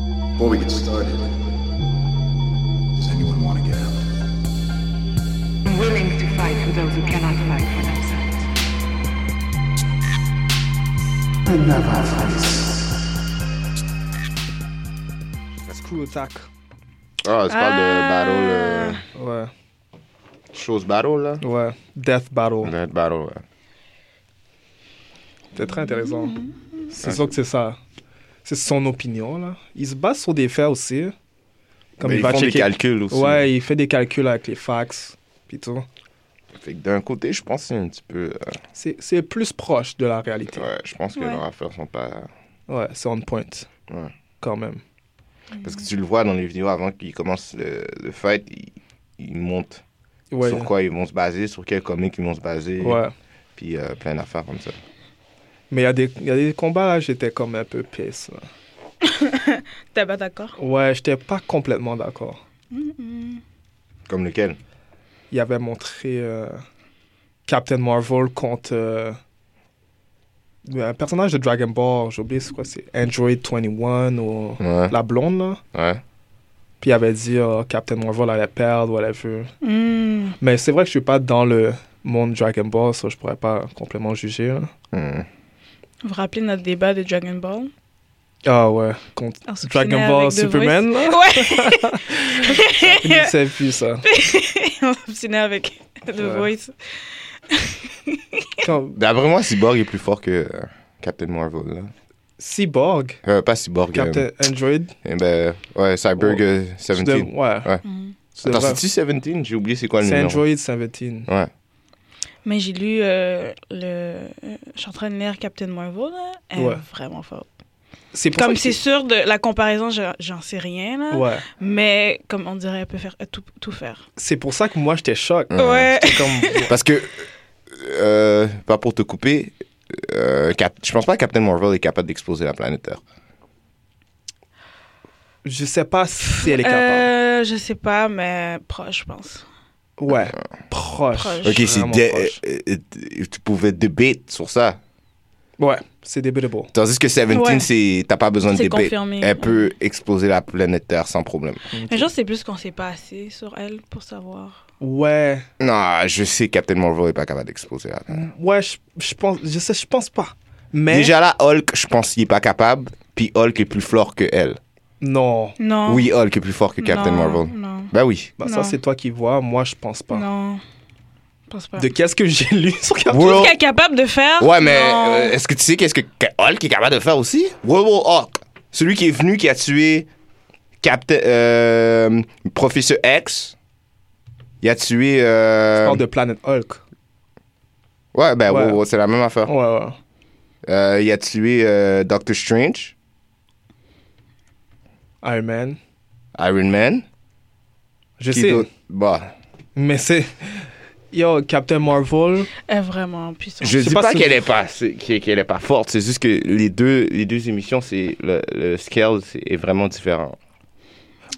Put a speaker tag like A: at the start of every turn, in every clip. A: Before we get started, does anyone want to get out?
B: I'm willing to fight for those who cannot fight for themselves.
C: Screw attack.
D: Ah, tu parles de battle. euh,
C: Ouais,
D: chose battle, là.
C: ouais. Death Battle.
D: Net battle, ouais.
C: C'est très intéressant. C'est sûr que c'est ça. C'est son opinion, là. Il se base sur des faits aussi. Comme
D: Mais
C: il
D: ils
C: va
D: font des
C: checker-
D: calculs aussi.
C: Ouais, il fait des calculs avec les fax. Puis tout.
D: Fait que d'un côté, je pense que c'est un petit peu. euh,
C: C'est c'est plus proche de la réalité.
D: ouais, je pense que
E: Ouais.
D: leurs affaires sont pas.
C: Ouais, c'est on point.
D: Ouais.
C: Quand même.
D: Parce que tu le vois dans les vidéos avant qu'ils commencent le, le fight, ils, ils montent
C: Ouais.
D: sur quoi ils vont se baser, sur quel comique ils vont se baser.
C: Ouais.
D: Puis euh, plein d'affaires comme ça.
C: Mais il y, a des- il y a des combats là, j'étais comme un peu pisse. là.
E: T'es pas d'accord?
C: Ouais, j'étais pas complètement d'accord.
D: Comme lequel
C: il avait montré euh, Captain Marvel contre euh, un personnage de Dragon Ball, j'ai oublié c'est quoi, c'est Android 21 ou
D: Ouais.
C: la blonde là.
D: Ouais.
C: Puis il avait dit euh, Captain Marvel allait perdre ou whatever.
E: Hmm.
C: Mais c'est vrai que je suis pas dans le monde Dragon Ball, ça je pourrais pas complètement juger. là.
D: Hmm.
E: Vous vous rappelez notre débat de Dragon Ball?
C: Ah ouais, contre
E: Alors, ce qui
C: Dragon
E: finit
C: Ball
E: avec The
C: Superman là.
E: Voice.
C: Il sait plus ça.
E: on s'obstinait avec The
C: Ouais.
E: Voice.
C: Quand
D: D'après moi, Cyborg est plus fort que euh, Captain Marvel. Là.
C: Cyborg,
D: Euh, pas Cyborg.
C: Captain Android,
D: euh, eh ben, ouais, Cyborg
C: Oh.
D: euh,
C: tu dev-
D: 17.
C: ouais.
E: Mhm.
D: Ouais.
C: tu
D: Attends,
C: devrais-
D: c'est-tu 17 J'ai oublié c'est quoi le
C: C'est
D: numéro.
C: Android 17.
D: Ouais.
E: Mais j'ai lu euh, le. euh, Je suis en train de lire Captain Marvel, là. Elle
C: Ouais.
E: est vraiment forte.
C: C'est pour ça
E: Comme
C: que-
E: c'est sûr, de la comparaison, je- j'en sais rien, là.
C: Ouais.
E: Mais comme on dirait, elle peut faire elle tout, tout faire.
C: C'est pour ça que moi j'étais choc.
D: Ouais.
E: Ouais.
C: J'étais comme
D: Parce que, euh, pas pour te couper, euh, Cap- je pense pas que Captain Marvel est capable d'exploser la planète Terre.
C: Je sais pas si elle est capable.
E: Euh, je sais pas, mais proche, je pense.
C: Ouais, proche.
E: Proche.
D: Ok, c'est
C: Vraiment
D: dé-
C: proche.
D: euh, euh, euh, tu pouvais debate sur ça.
C: Ouais, c'est debatable.
D: Tandis que 17,
E: Ouais.
D: c'est t'as pas besoin de
E: C'est
D: debate.
E: confirmé.
D: Elle peut exploser la planète Terre sans problème.
E: Mais genre, c'est plus qu'on sait pas assez sur elle pour savoir.
C: Ouais,
D: Non, je sais que Captain Marvel est pas capable d'exploser la planète.
C: ouais, je, je pense, je sais, je pense pas. Mais
D: Déjà là, Hulk, je pense qu'il est pas capable. Puis Hulk est plus fort que elle.
C: non,
E: Non.
D: Oui, Hulk est plus fort que Captain
E: Non,
D: Marvel.
E: Non.
D: Ben oui.
C: Bah,
E: Non.
C: ça c'est toi qui vois, moi je pense pas.
E: Non. Je pense pas.
C: De qu'est-ce que j'ai lu sur Captain
D: World-
E: Tout ce qu'elle est capable de faire.
D: Ouais, mais
E: non.
D: euh, est-ce que tu sais qu'est-ce que que Hulk est capable de faire aussi? World War Hulk. Celui qui est venu, qui a tué Captain, euh, Professeur X. Il a tué.
C: Je
D: Euh...
C: parle de Planet Hulk.
D: Ouais, ben
C: Ouais.
D: World War, c'est la même affaire.
C: Ouais, ouais.
D: Euh, il a tué euh, Doctor Strange,
C: Iron Man.
D: Iron Man.
C: Je
D: Qui
C: sais,
D: d'autre? Bah,
C: mais c'est. Yo, Captain Marvel.
E: Elle est vraiment puissante.
D: je
C: sais
D: dis
C: pas
D: pas,
C: si-
D: qu'elle est pas, c'est- qu'elle qu'elle est pas forte. C'est juste que les deux, les deux émissions, c'est le, le scale c'est- est vraiment différent.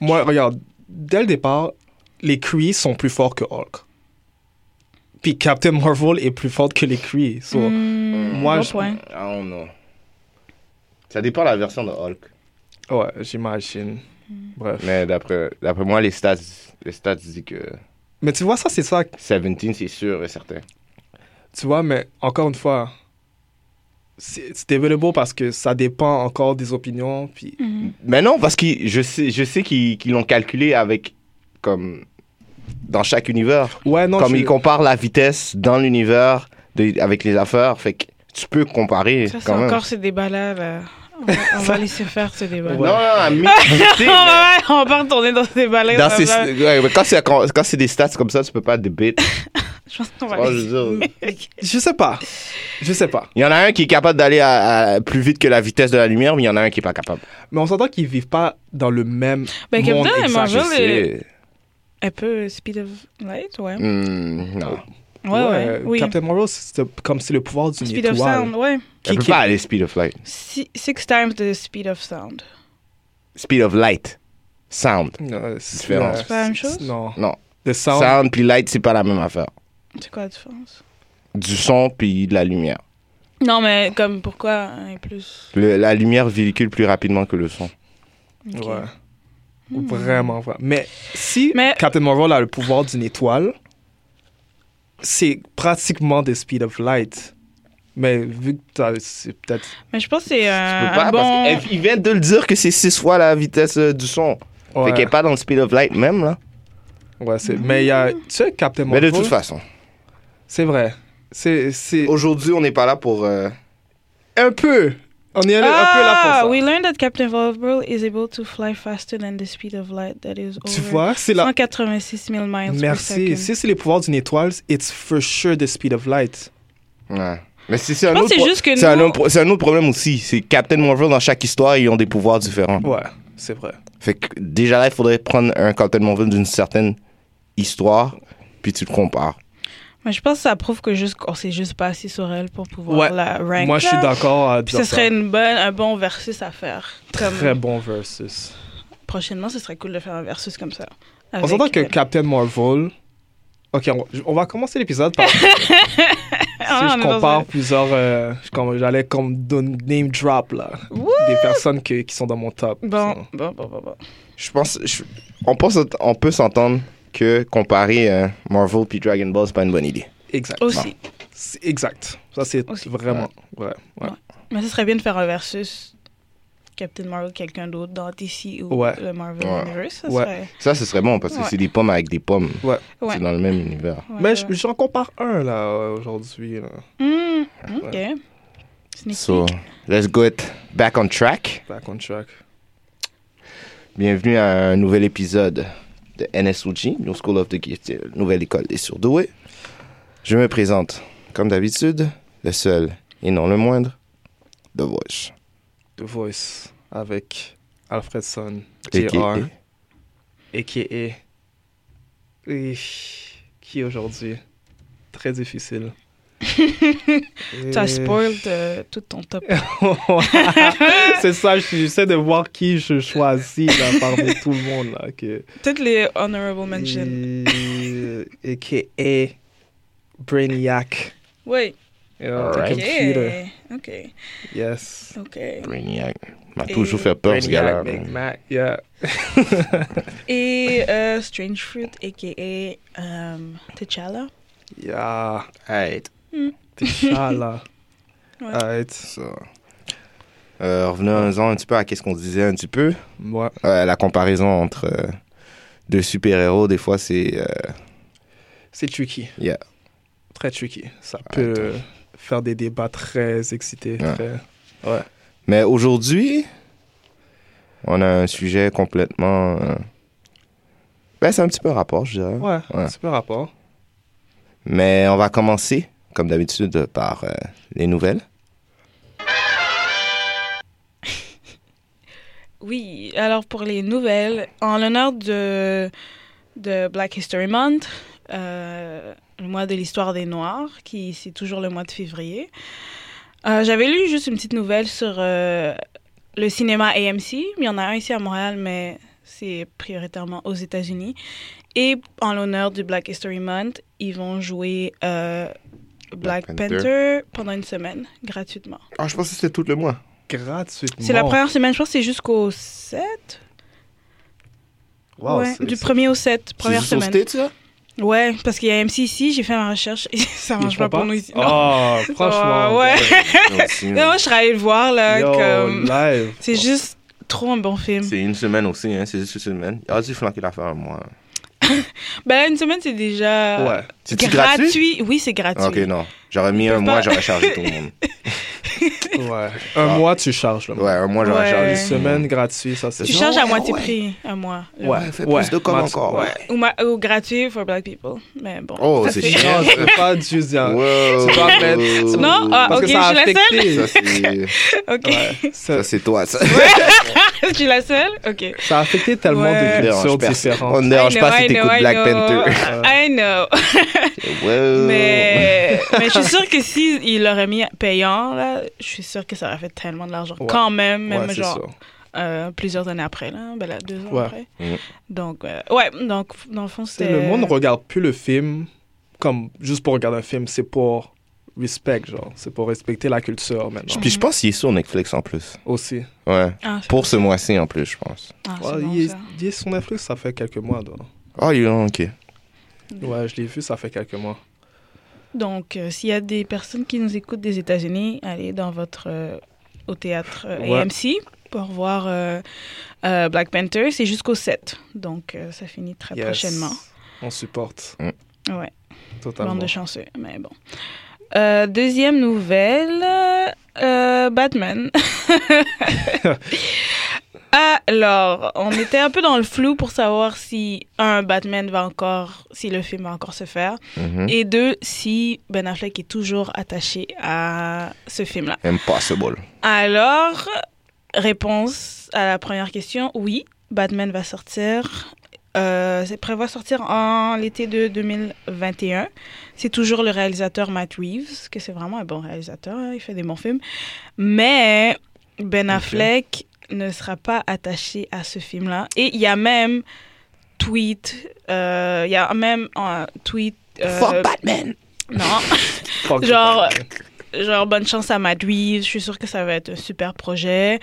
C: Moi, regarde, dès le départ, les Kree sont plus forts que Hulk. Puis Captain Marvel est plus forte que les Kree. So,
E: Hmm,
C: moi,
E: bon
C: je-
E: point.
D: Ah non. Ça dépend de la version de Hulk.
C: Ouais, j'imagine.
E: Mm.
C: Bref.
D: Mais d'après d'après moi, les stats, les stats disent que
C: Mais tu vois, ça, c'est ça.
D: 17, c'est sûr et certain.
C: Tu vois, mais encore une fois, c'est c'est debatable parce que ça dépend encore des opinions. Puis,
E: Mm-hmm.
D: Mais non, parce que je sais, je sais qu'ils qu'ils l'ont calculé avec, comme, dans chaque univers.
E: Mm.
C: ouais, non,
D: comme
C: je-
D: ils comparent la vitesse dans l'univers de- avec les affaires, fait que tu peux comparer
E: Ça, c'est
D: quand même.
E: encore ce débat-là. là. On va, on va laisser faire ce débat.
D: Non, non, à mi- je sais,
E: on
D: mais
E: va on va retourner dans ce débat-là.
D: dans
E: ça
D: ces-
E: va-
D: ouais, mais quand c'est quand quand c'est des stats comme ça, tu peux pas débattre.
E: Je pense qu'on va
D: Oh, je
E: laisser-
D: veux dire.
E: Ok.
C: je sais pas. Je sais pas.
D: Il y en a un qui est capable d'aller à- à plus vite que la vitesse de la lumière, mais il y en a un qui est pas capable.
C: Mais on s'entend qu'ils vivent pas dans le même
E: Ben,
C: monde
E: Captain
C: exact.
E: Marvel-
D: Je
E: Genre,
D: sais.
E: Elle peut euh, speed of light, ouais.
D: Hmm, non.
E: Ouais, ouais.
C: euh,
E: oui.
C: Captain Marvel, c'est comme c'est le pouvoir d'une
E: Speed of
C: étoile.
E: sound, ouais.
C: Qui-
D: Elle peut
C: qui-
D: pas aller speed of light.
E: Si- Six times the speed of sound.
D: Speed of light. Sound.
C: Non, c'est
D: Différent.
C: euh,
E: C'est pas la même chose?
C: Non.
D: Non.
C: Le sound.
D: Sound puis light, c'est pas la même affaire.
E: C'est quoi la différence?
D: Du son puis de la lumière.
E: Non, mais comme pourquoi un et plus?
D: Le- la lumière véhicule plus rapidement que le son.
E: Ok. Hmm.
C: Ouais. Vraiment, vrai. Mais si
E: Mais-
C: Captain Marvel a le pouvoir d'une étoile, c'est pratiquement des speed of light. Mais vu que t'as- c'est peut-être.
E: Mais je pense que c'est
D: Tu
E: euh,
D: peux
E: un
D: pas,
E: bon...
D: parce qu'il vient de le dire que c'est six fois la vitesse euh, du son. Fait
C: Ouais,
D: qu'elle est pas dans le speed of light même, là.
C: ouais, c'est- Mais il y
E: Hmm.
C: a. Tu sais, Captain
D: Mais
C: Marvel.
D: de toute façon,
C: C'est vrai. C'est. c'est
D: aujourd'hui, on n'est pas là pour. euh,
C: Un peu. On y est allé un peu là pour
E: Ah,
C: ça.
E: we learned that Captain Marvel is able to fly faster than the speed of light that is over
C: Tu vois, c'est la.
E: 186 000 miles
C: Merci.
E: per
C: Si
E: second.
C: c'est les pouvoirs d'une étoile, it's for sure the speed of light.
D: ouais. Mais c'est c'est
E: Je
D: un,
E: pense
D: autre
E: que c'est
D: pro-
E: juste que
D: c'est un
E: nous-
D: autre pro- c'est un autre problème aussi. C'est Captain Marvel, dans chaque histoire, ils ont des pouvoirs différents.
C: Ouais, c'est vrai.
D: Fait que déjà là, il faudrait prendre un Captain Marvel d'une certaine histoire, puis tu le compares.
E: Mais je pense que ça prouve que juste qu'on s'est juste pas assis sur elle pour pouvoir
C: Ouais.
E: la rank.
C: Moi, je
E: là.
C: suis d'accord à
E: Puis
C: dire
E: ce
C: ça.
E: serait une bonne, un bon versus à faire. Comme
C: Très bon versus.
E: prochainement, ce serait cool de faire un versus comme ça.
C: On
E: Avec,
C: s'entend que
E: euh,
C: Captain Marvel. Ok, on va, on va commencer l'épisode par. si
E: Ah,
C: je
E: mais dans
C: compare
E: un-
C: plusieurs. euh, je- comme- J'allais comme donner name drop là.
E: What?
C: Des personnes que- qui sont dans mon top.
E: Bon,
C: So,
E: bon, bon, bon, bon.
D: Je pense. je- on, pense on peut s'entendre que comparer euh, Marvel puis Dragon Ball, c'est pas une bonne idée.
C: Exact.
E: Aussi.
C: C'est Exact. Ça, c'est
E: Aussi.
C: vraiment. Ouais. ouais.
E: Mais ce serait bien de faire un versus Captain Marvel, quelqu'un d'autre dans DC ou
C: Ouais.
E: le Marvel
D: Ouais.
E: Universe. Ça
C: Ouais.
E: serait...
D: Ça, ce serait bon parce que
E: Ouais.
D: c'est des pommes avec des pommes.
E: Ouais.
D: C'est dans le même univers.
E: ouais,
C: Mais
E: ouais.
C: j- j'en compare un là euh, aujourd'hui. là.
E: Hmm, ok. Sneaky.
D: So, let's get back on track.
C: Back on track.
D: Bienvenue à un nouvel épisode de NSOG, New School of the Gifted, Nouvelle École des Surdoués. Je me présente, comme d'habitude, le seul et non le moindre, The Voice.
C: The Voice avec Alfredson,
D: aka.
C: JR, a.k.a. Et qui aujourd'hui Très difficile.
E: Tu as
C: Et-
E: spoiled euh, tout ton top.
C: C'est ça, je- j'essaie de voir qui je choisis là, parmi tout le monde. Là, que...
E: Peut-être les honorable mentions.
C: Et- A.k.a. Brainiac.
E: Oui.
C: Yeah,
D: Alright.
C: the computer.
E: Ok.
C: Yes.
E: Ok.
D: Brainiac. Il m'a
E: Et-
D: toujours fait peur, ce gars-là.
C: Brainiac, Big Mac, yeah.
E: Et euh, Strange Fruit, a.k.a. euh, T'Challa.
C: Yeah.
D: Hey,
C: T'es
E: Ouais.
C: Arrête.
D: ça. Euh, Revenons-en un petit peu à qu'est-ce qu'on disait un petit peu.
C: Moi.
D: Euh, la comparaison entre euh, deux super-héros, des fois, c'est... euh,
C: C'est tricky.
D: Yeah.
C: Très tricky. Ça peut euh, faire des débats très excités.
D: Ouais.
C: très-
D: Mais aujourd'hui, on a un sujet complètement. euh, Ben, c'est un petit peu rapport, je dirais.
C: Ouais,
D: Ouais.
C: super rapport.
D: Mais on va commencer, comme d'habitude, par euh, les nouvelles.
E: Oui, alors pour les nouvelles, en l'honneur de, de Black History Month, euh, le mois de l'histoire des Noirs, qui c'est toujours le mois de février, euh, j'avais lu juste une petite nouvelle sur euh, le cinéma AMC. Il y en a un ici à Montréal, mais c'est prioritairement aux États-Unis. Et en l'honneur du Black History Month, ils vont jouer euh, Black,
D: Black Panther.
E: Panther pendant une semaine, gratuitement.
D: Ah, je pense que c'était tout le mois.
C: Gratuitement.
E: C'est la première semaine, je pense que c'est jusqu'au 7.
C: Wow,
E: Ouais,
C: c'est-
E: du
C: c'est-
E: 1er au 7, première
D: juste au
E: semaine.
D: States, ça?
E: Ouais, parce qu'il y a MC ici, j'ai fait ma recherche et ça
C: Ils
E: marche
C: font
E: pas pour nous ici. Non.
C: Oh, franchement.
E: ouais. um,
D: Non, aussi,
E: Non, moi, je serais allée le voir là.
C: Yo,
E: comme-
C: live.
E: C'est juste trop un bon film.
D: Oh. C'est une semaine aussi, hein. C'est juste une semaine. Il a dû flanquer l'affaire un mois.
E: Ben là, une semaine, c'est déjà
C: Ouais.
D: C'est-tu gratuit?
E: Oui, c'est gratuit.
D: Ok, non. J'aurais mis
E: Ils
D: un
E: peuvent
D: mois,
E: pas.
D: j'aurais chargé tout le monde.
C: ouais. Un
D: Ah.
C: mois, tu charges. Là.
D: Ouais, un mois, j'aurais
E: Ouais.
D: chargé.
C: Une
E: Ouais.
C: semaine gratuite, ça c'est
E: Tu
D: Non,
E: charges à
D: ouais,
E: moitié
D: ouais.
E: prix à moi.
C: Ouais,
E: là.
D: fait
C: ouais.
D: plus de com'
C: Mat-
D: encore, ouais.
E: Ou, ma- ou gratuit for black people. Mais bon.
D: Oh,
E: Ça,
D: c'est
E: c'est-
D: chiant.
C: Non, je veux pas dire ça.
D: Wow.
C: Tu dois mettre-
E: Non, ah,
C: Parce
E: ok,
C: que ça a
E: je suis la seule.
C: affecté.
D: Ça, c'est.
E: Ok.
C: Ouais,
D: Ça,
C: ça,
D: c'est toi, ça.
E: je suis la seule. Ok.
C: ça a affecté tellement
D: On
E: Ouais.
C: de cultures
D: dérange personne. On
C: différentes.
D: ne dérange
E: I
D: pas
E: know,
D: si
E: I
D: t'écoutes
E: know, I
D: Black
E: know.
D: Panther.
E: I know.
D: Wow.
E: Mais,
C: Oh.
E: mais je suis sûre que s'il il l'aurait mis payant, là, je suis sûre que ça aurait fait tellement de l'argent.
C: Ouais.
E: Quand même,
C: Ouais,
E: même
C: c'est
E: genre
C: ça.
E: euh, plusieurs années après, là, ben là, deux ans
C: Ouais.
E: après.
D: Mm.
E: Donc, euh, ouais, donc, dans le fond,
C: C'est
E: c'était.
C: le monde regarde plus le film comme juste pour regarder un film, c'est pour respect, genre. C'est pour respecter la culture maintenant.
D: Puis je pense qu'il est sur Netflix en plus.
C: Aussi.
D: Ouais.
E: Ah, c'est-
D: Pour ce mois-ci en plus, je pense.
E: ah, c'est
C: Ouais,
E: bon,
C: il, est,
E: ça.
C: il est sur Netflix, ça fait quelques mois. donc.
D: Ah, il est ok.
C: Ouais, je l'ai vu, ça fait quelques mois.
E: Donc, euh, s'il y a des personnes qui nous écoutent des États-Unis, allez dans votre, euh, au théâtre euh,
C: Ouais.
E: AMC pour voir euh, euh, Black Panther. C'est jusqu'au 7. Donc, euh, ça finit très
C: Yes.
E: prochainement.
C: On supporte.
E: Ouais,
C: Totalement.
E: bande de chanceux. Mais bon. Euh, deuxième nouvelle euh, Batman. Alors, on était un peu dans le flou pour savoir si, un, Batman va encore, si le film va encore se faire.
D: Mhm.
E: Et deux, si Ben Affleck est toujours attaché à ce film-là.
D: Impossible.
E: Alors, réponse à la première question, oui, Batman va sortir. Euh, c'est prévoit sortir en l'été de 2021. C'est toujours le réalisateur Matt Reeves, que c'est vraiment un bon réalisateur, hein, il fait des bons films. Mais Ben
D: Ok.
E: Affleck ne sera pas attaché à ce film-là. Et il y a même tweet, euh, il y a même un tweet... euh,
D: Fuck Batman!
E: non,
C: Fuck
E: Genre,
C: Batman.
E: genre bonne chance à Madrid, je suis sûre que ça va être un super projet,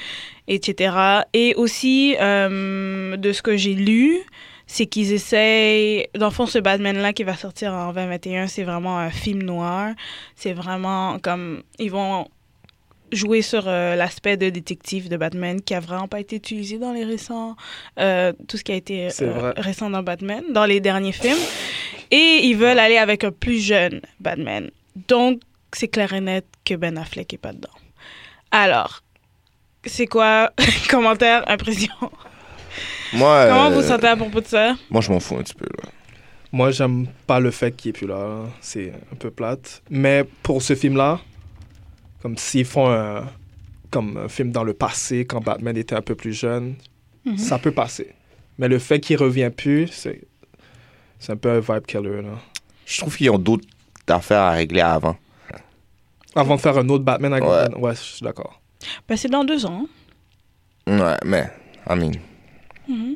E: etc. Et aussi, euh, de ce que j'ai lu, c'est qu'ils essayent, dans le fond, ce Batman-là qui va sortir en 2021, c'est vraiment un film noir. C'est vraiment comme, ils vont jouer sur euh, l'aspect de détective de Batman qui a vraiment pas été utilisé dans les récents, euh, tout ce qui a été
C: C'est
E: euh,
C: vrai.
E: récent dans Batman, dans les derniers films. Et ils veulent aller avec un plus jeune Batman. Donc, c'est clair et net que Ben Affleck est pas dedans. Alors, c'est quoi commentaire, impression
D: Moi,
E: Comment
D: euh,
E: vous sentez à propos de ça
D: moi je m'en fous un petit peu. Là.
C: Moi, j'aime pas le fait qu'il est plus là. hein. C'est un peu plate. Mais pour ce film-là, comme s'ils font un, comme un film dans le passé, quand Batman était un peu plus jeune,
E: Mhm.
C: ça peut passer. Mais le fait qu'il revient plus, c'est c'est un peu un vibe killer. Là.
D: Je trouve qu'ils ont d'autres affaires à régler avant.
C: Avant de faire un autre Batman avec
D: Ouais.
C: Batman, ouais, je suis d'accord.
E: ben, C'est dans deux ans.
D: Ouais, mais, I mean,
E: Mhm.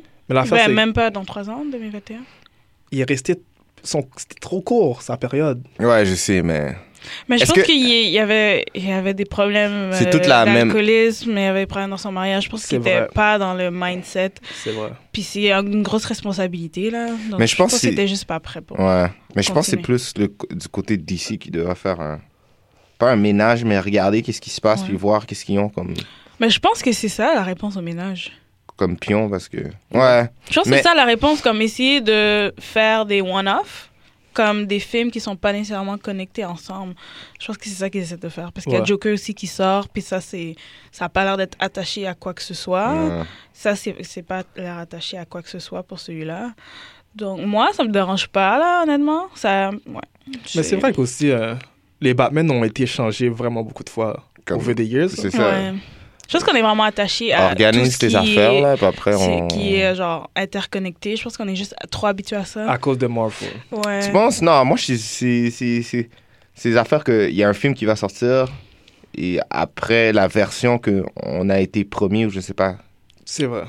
C: Mais
D: Ah,
C: l'affaire,
E: Ben,
C: c'est
E: même pas dans trois ans, 2021.
C: il est resté. son- C'était trop court, sa période.
D: ouais, je sais, mais.
E: Mais je
D: Est-ce
E: pense
D: que-
E: qu'il y, il y avait, il y avait des problèmes euh,
D: C'est toute la même-
E: d'alcoolisme, il y avait des problèmes dans son mariage. Je pense qu'il
C: C'est
E: n'était
C: vrai.
E: pas dans le mindset.
C: C'est vrai.
E: Puis c'est une grosse responsabilité, là. Donc,
D: Mais je pense que
E: que
D: c'est-
E: c'était juste pas prêt pour.
D: Ouais. Mais je pense que c'est
E: Continuez.
D: plus le, co- du côté d'ici qui devrait faire un. Pas un ménage, mais regarder qu'est-ce qui se passe,
E: Ouais.
D: puis voir qu'est-ce qu'ils ont comme,
E: Mais je pense que c'est ça la réponse au ménage.
D: comme pion, parce que. Ouais.
E: Je pense que
D: Mais-
E: c'est ça la réponse, comme essayer de faire des one-off, comme des films qui sont pas nécessairement connectés ensemble. Je pense que c'est ça qu'ils essaient de faire. Parce qu'il y a
C: Ouais.
E: Joker aussi qui sort, puis ça, c'est, ça a pas l'air d'être attaché à quoi que ce soit.
D: Ouais.
E: Ça, c'est, c'est pas l'air attaché à quoi que ce soit pour celui-là. Donc, moi, ça me dérange pas, là, honnêtement. Ça, ouais.
C: Mais c'est vrai qu'aussi, euh, les Batman ont été changés vraiment beaucoup de fois
D: Comme-
C: over the years.
D: C'est ça.
E: Ouais. Je pense qu'on est vraiment attaché à.
D: Organise tes
E: tout ce qui
D: affaires,
E: est-
D: là, puis après,
E: c'est-
D: on.
E: qui est genre interconnecté. Je pense qu'on est juste trop habitué à ça.
C: À cause de Marvel.
E: Ouais.
D: Ah, Tu penses? Non, moi, je suis- c'est- c'est c'est- c'est des affaires qu'il y a un film qui va sortir et après la version qu'on a été promis ou je sais pas,
C: C'est vrai.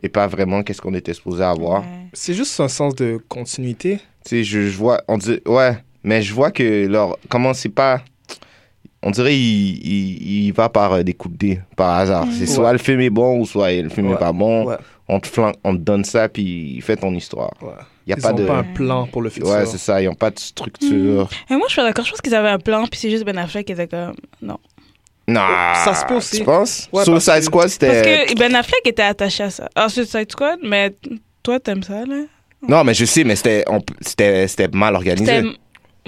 D: et pas vraiment qu'est-ce qu'on était supposé avoir.
E: Ouais.
C: C'est juste un sens de continuité.
D: Tu sais, je, je vois, on dit, ouais, mais je vois que leur, comment c'est pas. On dirait il, il, il va par euh, des coups de dés, par hasard. C'est soit
C: Ouais.
D: le film est bon ou soit le film est
C: Ouais.
D: pas bon.
C: Ouais.
D: On te flanque, on te donne ça, puis fais ton histoire.
C: Ouais.
D: Il y a
C: Ils
D: pas
C: ont
D: de.
C: pas un plan pour le futur. Hmm.
D: Ouais, c'est ça, ils n'ont pas de structure.
E: Mais moi, je suis pas d'accord. Je pense qu'ils avaient un plan, puis c'est juste Ben Affleck qui était comme. Non.
D: Non.
C: Oh, Ça se peut aussi.
D: Tu penses
C: Ouais, parce
D: Suicide
C: que-
D: Squad,
E: Parce
D: c'était.
E: que Ben Affleck était attaché à ça. Ah, Suicide Squad, mais toi, t'aimes ça, là
D: Non, mais je sais, mais c'était on peut- c'était c'était mal organisé.
E: C'était.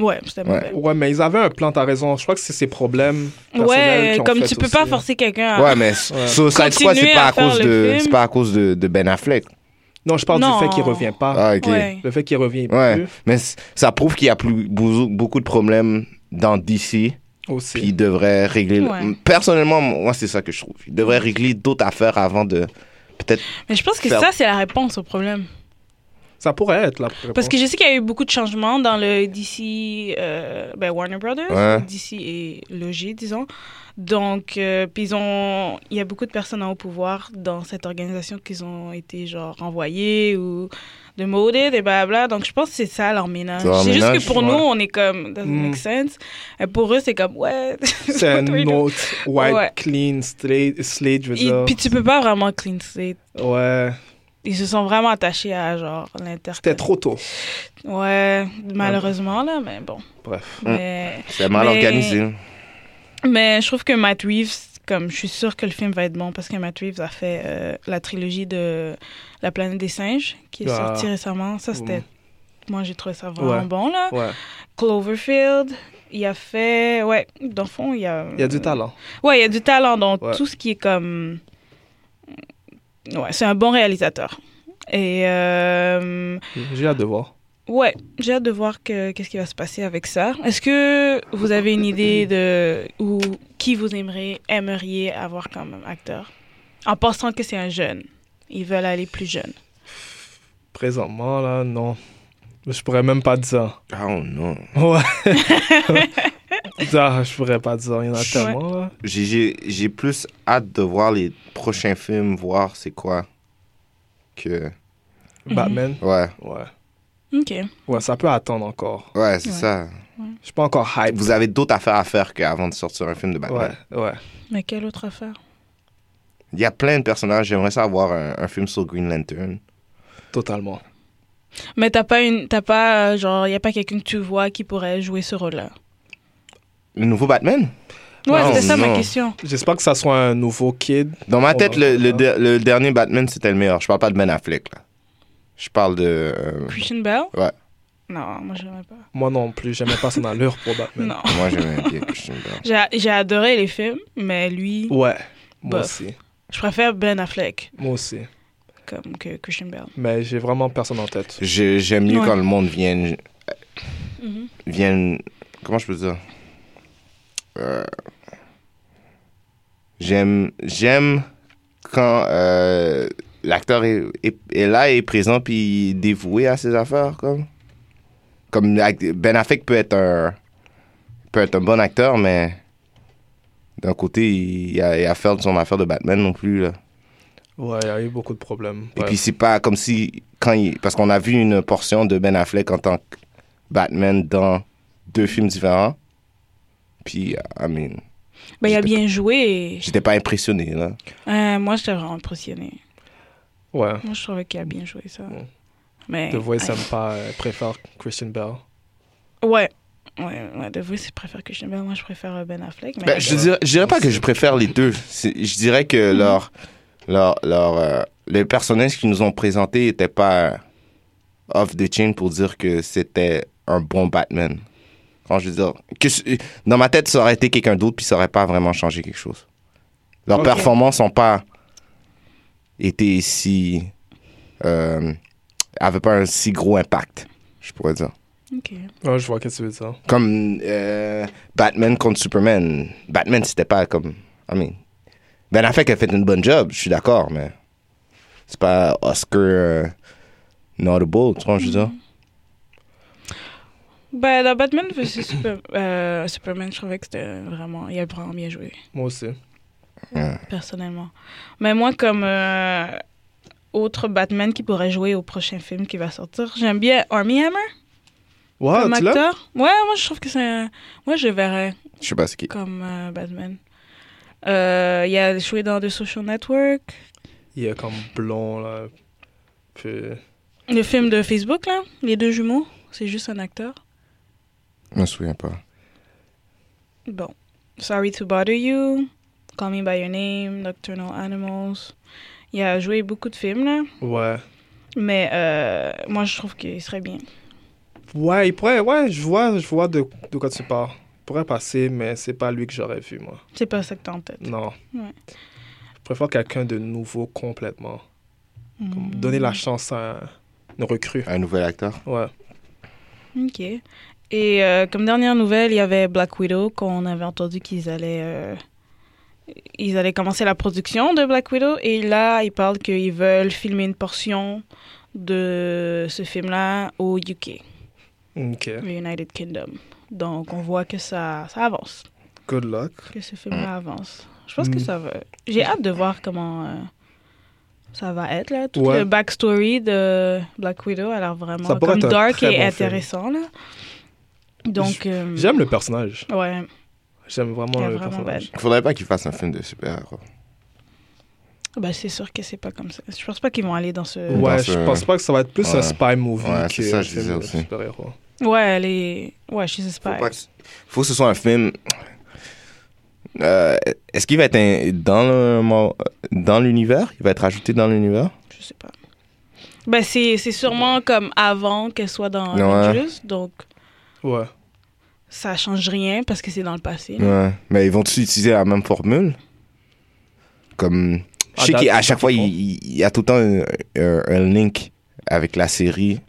E: Ouais, c'était mauvais.
C: Ouais, mais ils avaient un plan, t'as raison. Je crois que c'est ses problèmes.
E: Ouais,
C: personnels qui ont
E: comme
C: fait
E: tu peux
C: aussi.
E: pas
C: hein.
E: forcer quelqu'un à.
D: Ouais, mais s-
C: Ouais.
D: Suicide Squad, c'est
E: Continuer
D: pas
E: à
D: à cause
E: faire le
D: de
E: film.
D: c'est pas à cause de, de Ben Affleck.
C: Non, je parle
E: Non.
C: du fait qu'il revient pas.
D: Ah, OK.
E: Ouais.
C: Le fait qu'il revient
D: Ouais,
C: plus
D: mais c- ça prouve qu'il y a plus, beaucoup beaucoup de problèmes dans DC,
C: aussi.
D: puis ils devraient régler. le-
E: Ouais.
D: Personnellement, moi, c'est ça que je trouve. Ils devraient régler d'autres affaires avant de. Peut-être.
E: Mais je pense que
D: Faire-
E: ça, c'est la réponse au problème.
C: Ça pourrait être la réponse.
E: Parce que je sais qu'il y a eu beaucoup de changements dans le DC, euh, ben Warner Brothers,
D: Ouais.
E: DC et Logie, disons. Donc, euh, puis ils ont, il y a beaucoup de personnes au pouvoir dans cette organisation qui ont été genre renvoyées ou demoted et blabla. Donc, je pense que c'est ça leur ménage.
D: C'est leur
E: C'est juste
D: ménage,
E: que pour
C: ouais.
E: nous, on est comme, doesn't
C: Mm.
E: make sense. Et pour eux, c'est comme, ouais.
C: C'est
E: what
C: un
E: do we do?
C: autre white,
E: Ouais.
C: clean, straight, slate, je veux
E: Et-
C: dire.
E: Puis tu peux pas vraiment clean slate.
C: Ouais.
E: Ils se sont vraiment attachés à genre l'inter.
C: C'était trop tôt.
E: Ouais, malheureusement là, mais bon.
C: Bref.
E: Mais
D: C'est mal
E: Mais-
D: organisé.
E: Mais je trouve que Matt Reeves, comme je suis sûre que le film va être bon parce que Matt Reeves a fait euh, la trilogie de La planète des singes qui est
C: Ah.
E: sortie récemment. Ça, c'était.
C: Mm.
E: Moi, j'ai trouvé ça vraiment
C: Ouais.
E: bon, là.
C: Ouais.
E: Cloverfield, il a fait. Ouais, dans le fond, il y a. euh,
C: Il y a du talent.
E: Ouais, il y a du talent dans
C: Ouais.
E: tout ce qui est comme. Ouais, c'est un bon réalisateur. Et. euh,
C: J'ai hâte de voir.
E: Ouais, j'ai hâte de voir que- qu'est-ce qui va se passer avec ça. Est-ce que vous avez une idée de ou qui vous aimeriez, aimeriez avoir comme acteur en pensant que c'est un jeune Ils veulent aller plus jeune.
C: Présentement, là, non. Je pourrais même pas dire.
D: Oh non.
C: Ouais. Ah, je pourrais pas dire. Il y en a tellement, là.
D: J'ai- J'ai j'ai plus hâte de voir les prochains films, voir c'est quoi. Que.
E: Mhm.
C: Batman.
D: Ouais,
C: Ouais.
E: Ok.
C: Ouais, ça peut attendre encore.
D: ouais, c'est
E: Ouais.
D: ça.
C: Je suis pas encore hype.
D: Vous avez d'autres affaires à faire qu'avant de sortir un film de Batman.
C: Ouais, ouais.
E: Mais quelle autre affaire
D: Il y a plein de personnages. J'aimerais ça avoir un, un film sur Green Lantern.
C: Totalement.
E: Mais t'as pas une, t'as pas euh, genre, y a pas quelqu'un que tu vois qui pourrait jouer ce rôle-là.
D: Le nouveau Batman
E: Ouais,
D: Non,
E: c'était ça ma
D: Oh, non.
E: question.
C: J'espère que ça soit un nouveau kid.
D: Dans ma
C: On
D: tête,
C: va-
D: le, le de- le dernier Batman, c'était le meilleur. Je parle pas de Ben Affleck, là. Je parle de... euh,
E: Christian Bell
D: Ouais.
E: Non, moi j'aimais pas.
C: Moi non plus, j'aimais pas son allure pour Batman.
E: Non.
D: moi, j'aimais bien Christian Bale.
E: J'ai j'ai adoré les films, mais lui,
D: Oh.
C: Ouais, moi
E: Bof.
C: aussi.
E: je préfère Ben Affleck
C: Moi aussi.
E: comme que Christian Bell.
C: Mais j'ai vraiment personne en tête.
D: Je- J'aime mieux
E: Ouais.
D: quand le monde vienne... vienne... Comment je peux dire Euh, J'aime... J'aime quand euh, l'acteur est, est- est là, est présent, puis il est dévoué à ses affaires, comme... Comme act- Ben Affleck peut être un... peut être un bon acteur, mais... D'un côté, il a, il a fait son affaire de Batman non plus, là.
C: Ouais, il y a eu beaucoup de problèmes.
D: Et
C: Ouais.
D: puis c'est pas comme si quand il, parce qu'on a vu une portion de Ben Affleck en tant que Batman dans deux films différents. Puis I mean,
E: Ben, il a
D: J'étais-
E: bien joué.
D: j'étais pas impressionné là.
E: Euh, moi, j'étais vraiment impressionnée.
C: ouais.
E: Moi, je trouvais qu'il a bien joué ça.
C: Ouais.
E: Mais.
C: The Voice aime pas, euh, préfère Christian Bell.
E: Ouais. Ouais, ouais, The Voice, je préfère Christian Bale. Moi, je préfère euh, Ben Affleck. Mais
D: Ben, je dirais, je dirais pas que je préfère les deux. C'est- Je dirais que leur leur leur euh, les personnages qu'ils nous ont présentés étaient pas euh, off the chain pour dire que c'était un bon Batman. Quand je veux dire que je- dans ma tête ça aurait été quelqu'un d'autre puis ça aurait pas vraiment changé quelque chose. Leurs
C: Ok.
D: performances ont pas été si euh, avaient pas un si gros impact, je pourrais dire
E: Ok.
C: Ouais, je vois qu'est-ce que tu veux dire.
D: comme euh, Batman contre Superman. Batman, c'était pas comme. I mean, Ben Affleck a fait une bonne job, je suis d'accord, mais c'est pas Oscar euh, notable, tu vois, je veux dire.
E: Ben, dans Batman vs Super- euh, Superman, je trouvais que c'était vraiment. Il a vraiment bien joué,
C: Moi aussi.
E: personnellement. Mais moi, comme. euh, Autre Batman qui pourrait jouer au prochain film qui va sortir. J'aime bien Army Hammer
C: Ouais,
E: comme
C: Ah, tu l'as?
E: acteur. Ouais, moi je trouve que c'est. un- Moi je le verrais.
D: Je sais pas ce qui.
E: comme euh, Batman. Euh, il a joué dans The Social Network,
C: Il est comme blond, là. Puis...
E: le film de Facebook, là, les deux jumeaux. C'est juste un acteur.
D: Je me souviens pas.
E: Bon. Sorry to bother you. Call me by your name. Nocturnal Animals. Il a joué beaucoup de films, là.
C: Ouais.
E: Mais euh, moi, je trouve qu'il serait bien.
C: Ouais, il pourrait... Ouais, je vois, je vois de, de quoi tu parles. Il pourrait passer, mais c'est pas lui que j'aurais vu, moi.
E: C'est pas ça que t'as en tête.
C: Non.
E: Ouais.
C: Je préfère quelqu'un de nouveau complètement. Comme
E: Mm.
C: Donner la chance à un- une recrue.
D: Un nouvel acteur.
C: Ouais.
E: Ok. Et euh, comme dernière nouvelle, il y avait Black Widow qu'on avait entendu qu'ils allaient, euh, ils allaient commencer la production de Black Widow. Et là, ils parlent qu'ils veulent filmer une portion de ce film-là au UK,
C: Ok.
E: le United Kingdom. Donc, on voit que ça, ça avance,
C: Good luck.
E: que ce film-là avance. Je pense que
C: Mm.
E: ça va. J'ai hâte de voir comment euh, ça va être, là. Tout
C: Ouais.
E: le backstory de Black Widow a l'air vraiment
C: Ça pourrait
E: comme
C: être un
E: dark
C: très
E: et
C: bon film.
E: intéressant, là. Donc, euh,
C: J'aime le personnage.
E: ouais,
C: J'aime vraiment
E: Il est
C: le
E: vraiment
C: personnage.
D: Faudrait pas qu'ils fassent un film de super-héros.
E: bah, c'est sûr que c'est pas comme ça. Je pense pas qu'ils vont aller dans ce...
C: Ouais,
D: Dans
C: je
D: ce-
C: pense pas que ça va être plus
D: Euh, Ouais.
C: un spy movie
D: Ouais,
C: que
D: c'est ça,
C: un
D: je
C: film
D: disais
C: de
D: aussi.
C: super-héros.
E: Ouais, les... Ouais, She's a Spy.
D: Faut, pas que- faut que ce soit un film. Euh, Est-ce qu'il va être un- dans le mo- dans l'univers Il va être ajouté dans l'univers
E: Je sais pas. Ben, c'est c'est sûrement comme avant qu'elle soit dans
D: Ouais.
E: Avengers, donc
C: Ouais.
E: ça change rien parce que c'est dans le passé.
D: Ouais. Mais ils vont-ils utiliser la même formule Comme. Je
C: À
D: sais
C: date,
D: qu'à
C: c'est
D: chaque
C: ce
D: fois,
C: qu'ils
D: il,
C: font.
D: il y a tout le temps un, un- un link avec la série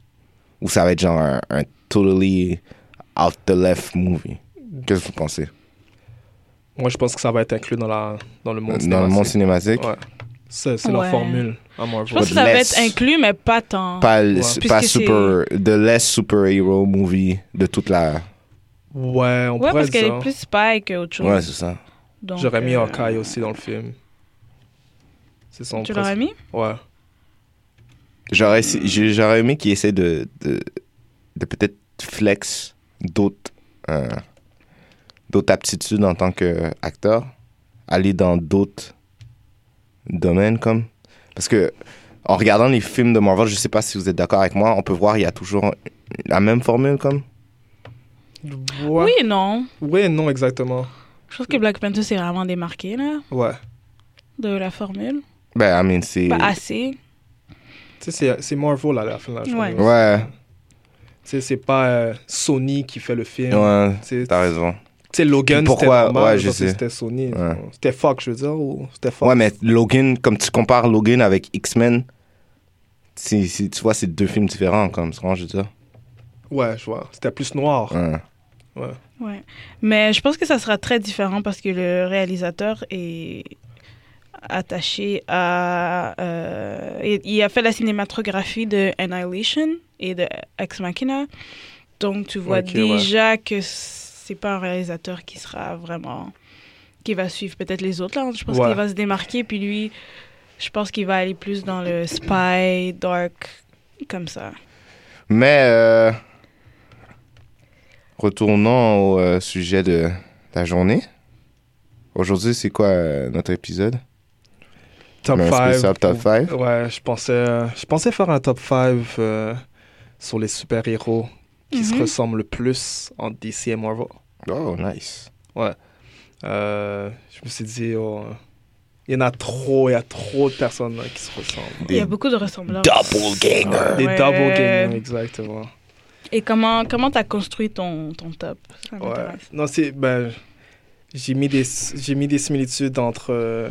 D: où ça va être genre un, un totally out the left movie. Qu'est-ce que vous pensez
C: Moi, je pense que ça va être inclus dans, la, dans le monde
D: Dans le monde
C: cinématique.
D: cinématique
C: Ouais. Ça, C'est
E: Ouais.
C: leur formule à Marvel.
E: Je pense que
D: But
E: ça va
D: less.
E: être inclus, mais pas tant.
D: Pas, le-
C: Ouais.
D: pas
E: Puisque c'est-
D: super. The less superhero movie de toute la.
C: Ouais, on
E: ouais,
C: pourrait
E: parce qu'elle
C: dire.
E: est plus spy qu'autre chose.
D: Ouais, c'est ça.
E: Donc,
C: J'aurais mis
E: euh,
C: Hawkeye aussi dans le film. C'est son
E: Tu
C: pres-
E: l'aurais mis
C: Ouais.
D: J'aurais essayé- j'ai- j'aurais aimé qu'il essaie de, de, de peut-être flex d'autres euh, d'autres aptitudes en tant qu'acteur, aller dans d'autres domaines comme. Parce que en regardant les films de Marvel, je sais pas si vous êtes d'accord avec moi, on peut voir il y a toujours la même formule comme.
C: Ouais.
E: Oui et non.
C: Ouais, non, exactement.
E: Je trouve que Black Panther s'est vraiment démarqué là,
C: Ouais.
E: de la formule.
D: Ben, I mean, c'est.
E: Pas assez.
C: Tu sais, c'est- c'est Marvel à la fin de la journée.
E: Ouais.
D: Ouais,
C: Tu sais, c'est pas euh, Sony qui fait le film.
D: ouais,
C: Tu sais,
D: t'as raison.
C: Tu sais, Logan,
D: Pourquoi?
C: c'était normal
D: Ouais, je
C: parce que
D: sais.
C: c'était Sony.
D: Ouais.
C: C'était Fox, je veux dire, ou c'était Fox.
D: Ouais, mais Logan, comme tu compares Logan avec X-Men, c'est- c'est- tu vois, c'est deux films différents comme, tu comprends, je veux dire.
C: Ouais, je vois. C'était plus noir.
D: Ouais.
E: Ouais. Mais je pense que ça sera très différent parce que le réalisateur est attaché à... euh, il- il a fait la cinématographie de Annihilation et de Ex Machina. Donc, tu vois
C: Ok, ouais.
E: déjà que c'est pas un réalisateur qui sera vraiment... qui va suivre peut-être les autres. Là. Je pense
C: Ouais.
E: qu'il va se démarquer. Puis lui, je pense qu'il va aller plus dans le spy, dark, comme ça.
D: Mais euh, retournons au euh, sujet de la journée. Aujourd'hui, c'est quoi euh, notre épisode
C: Top
D: Un
C: 5.
D: spécial top 5.
C: Ouais, je pensais, euh, je pensais faire un top 5 euh, sur les super-héros qui se
E: Mhm.
C: ressemblent le plus entre DC et Marvel.
D: Oh, nice.
C: Euh, je me suis dit, oh, il y en a trop, il y a trop de personnes là, qui se ressemblent.
E: Il y
D: Des
E: a beaucoup de ressemblances.
D: doppelgangers.
C: Des
E: Ouais.
C: double gamers, exactement.
E: Et comment comment t'as construit ton, ton top Ça
C: Ouais.
E: m'intéresse.
C: Non, c'est. Ben, j'ai mis, des, j'ai mis des similitudes entre euh,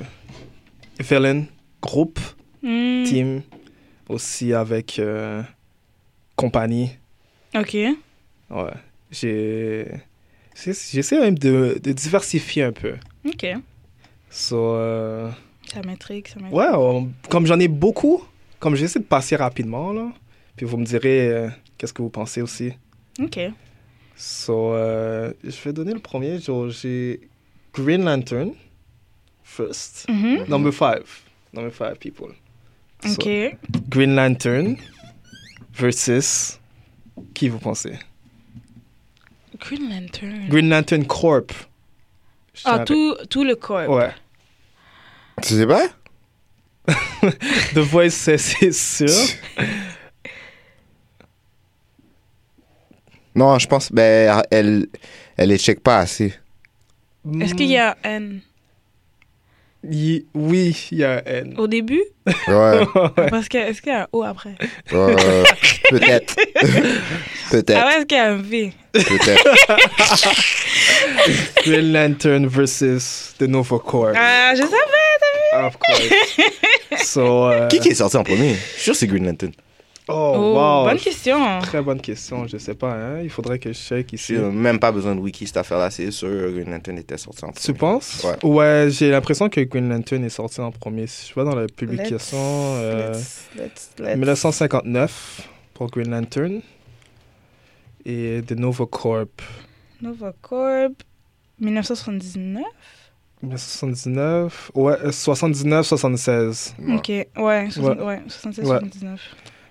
C: villain, groupe,
E: Hmm,
C: team, aussi avec euh, compagnie.
E: Ok.
C: Ouais. J'ai. j'ai- J'essaie même de, de diversifier un peu.
E: Ok.
C: So, euh,
E: Ça m'intrigue, ça m'intrigue.
C: ouais, on- comme j'en ai beaucoup, comme j'essaie de passer rapidement, là, puis vous me direz euh, qu'est-ce que vous pensez aussi.
E: Ok.
C: So, euh, je vais donner le premier. Genre, J'ai Green Lantern, first.
E: Mhm.
C: Number five. Number five people. So,
E: Ok.
C: Green Lantern versus. Qui vous pensez
E: Green Lantern.
C: Green Lantern Corp. Je tiens
E: ah,
C: à-
E: tout, tout le corps.
C: Ouais.
D: Tu sais pas
C: The Voice, c'est- c'est sûr.
D: Non, je pense ben elle elle les check pas assez.
E: Est-ce qu'il y a un
C: Mm, Y- Oui, il y a un N.
E: au début
D: Ouais.
E: Parce que est-ce qu'il y a un O après
D: euh, peut-être.
E: Ah
D: peut-être.
E: ouais, est-ce qu'il y a un V
D: Peut-être.
C: Green Lantern versus The Nova Corp.
E: Ah, je savais. t'as vu?
C: Of course. so, euh,
D: Qui qui est sorti en premier Je suis sûr que c'est Green Lantern.
C: Oh,
E: Oh,
C: wow.
E: bonne question.
C: Très bonne question, je sais pas. hein. Il faudrait que je check ici.
D: J'ai même pas besoin de wiki cette affaire là, c'est sûr Green Lantern était sorti en
C: Tu
D: premier.
C: penses
D: Ouais.
C: Ouais, j'ai l'impression que Green Lantern est sorti en premier. Si je vois dans la
E: Let's-
C: publication, euh,
E: let's- let's let's, let's...
C: 1959 pour Green Lantern. Et The Nova Corp.
E: Nova Corp, 1979.
C: 1979, ouais, 79-76.
E: Ok, ouais, soixante- ouais. 76,
C: Ouais.
E: 79.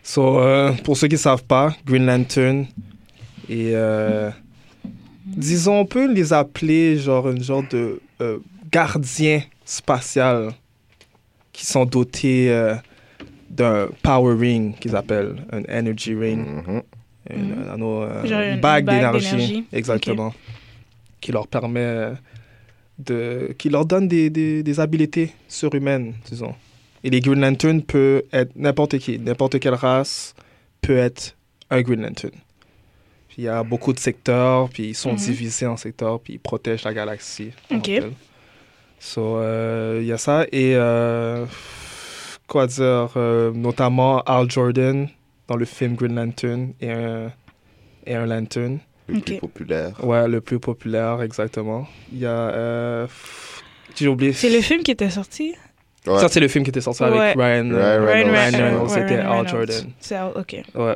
C: So, euh, pour ceux qui ne savent pas, Green Lantern et euh, disons on peut les appeler genre une genre de euh, gardien spatial qui sont dotés euh, d'un power ring qu'ils appellent un energy ring,
D: Mhm.
C: une,
E: Mhm.
C: nano, euh,
E: Genre une- une
C: une bague
E: bague
C: d'énergie
E: d'énergie.
C: exactement qui leur permet euh, de qui leur donne des, des, des habiletés surhumaines disons. Et les Green Lantern peut être n'importe qui, n'importe quelle race peut être un Green Lantern. Puis Il y a beaucoup de secteurs, puis ils sont
E: Mhm.
C: divisés en secteurs, puis ils protègent la galaxie. on
E: Ok.
C: rappelle. So, euh, il y a ça. Et euh, quoi dire, euh, notamment Al Jordan dans le film Green Lantern et un, et un Lantern.
D: Le plus
E: Ok.
D: populaire.
C: Ouais, le plus populaire, exactement. Il y a. euh, pff, J'ai oublié.
E: C'est le film qui était sorti?
D: Ouais.
C: Ça, c'est le film qui était sorti
E: Ouais.
C: avec Ryan, euh,
D: Ryan Reynolds.
E: Ryan
C: Ryan
E: Reynolds,
C: Reynolds,
E: ouais,
C: c'était
E: Ryan
C: Al
E: Reynolds.
C: Jordan.
E: C'est Al- ok. Mm-hmm.
C: Ouais.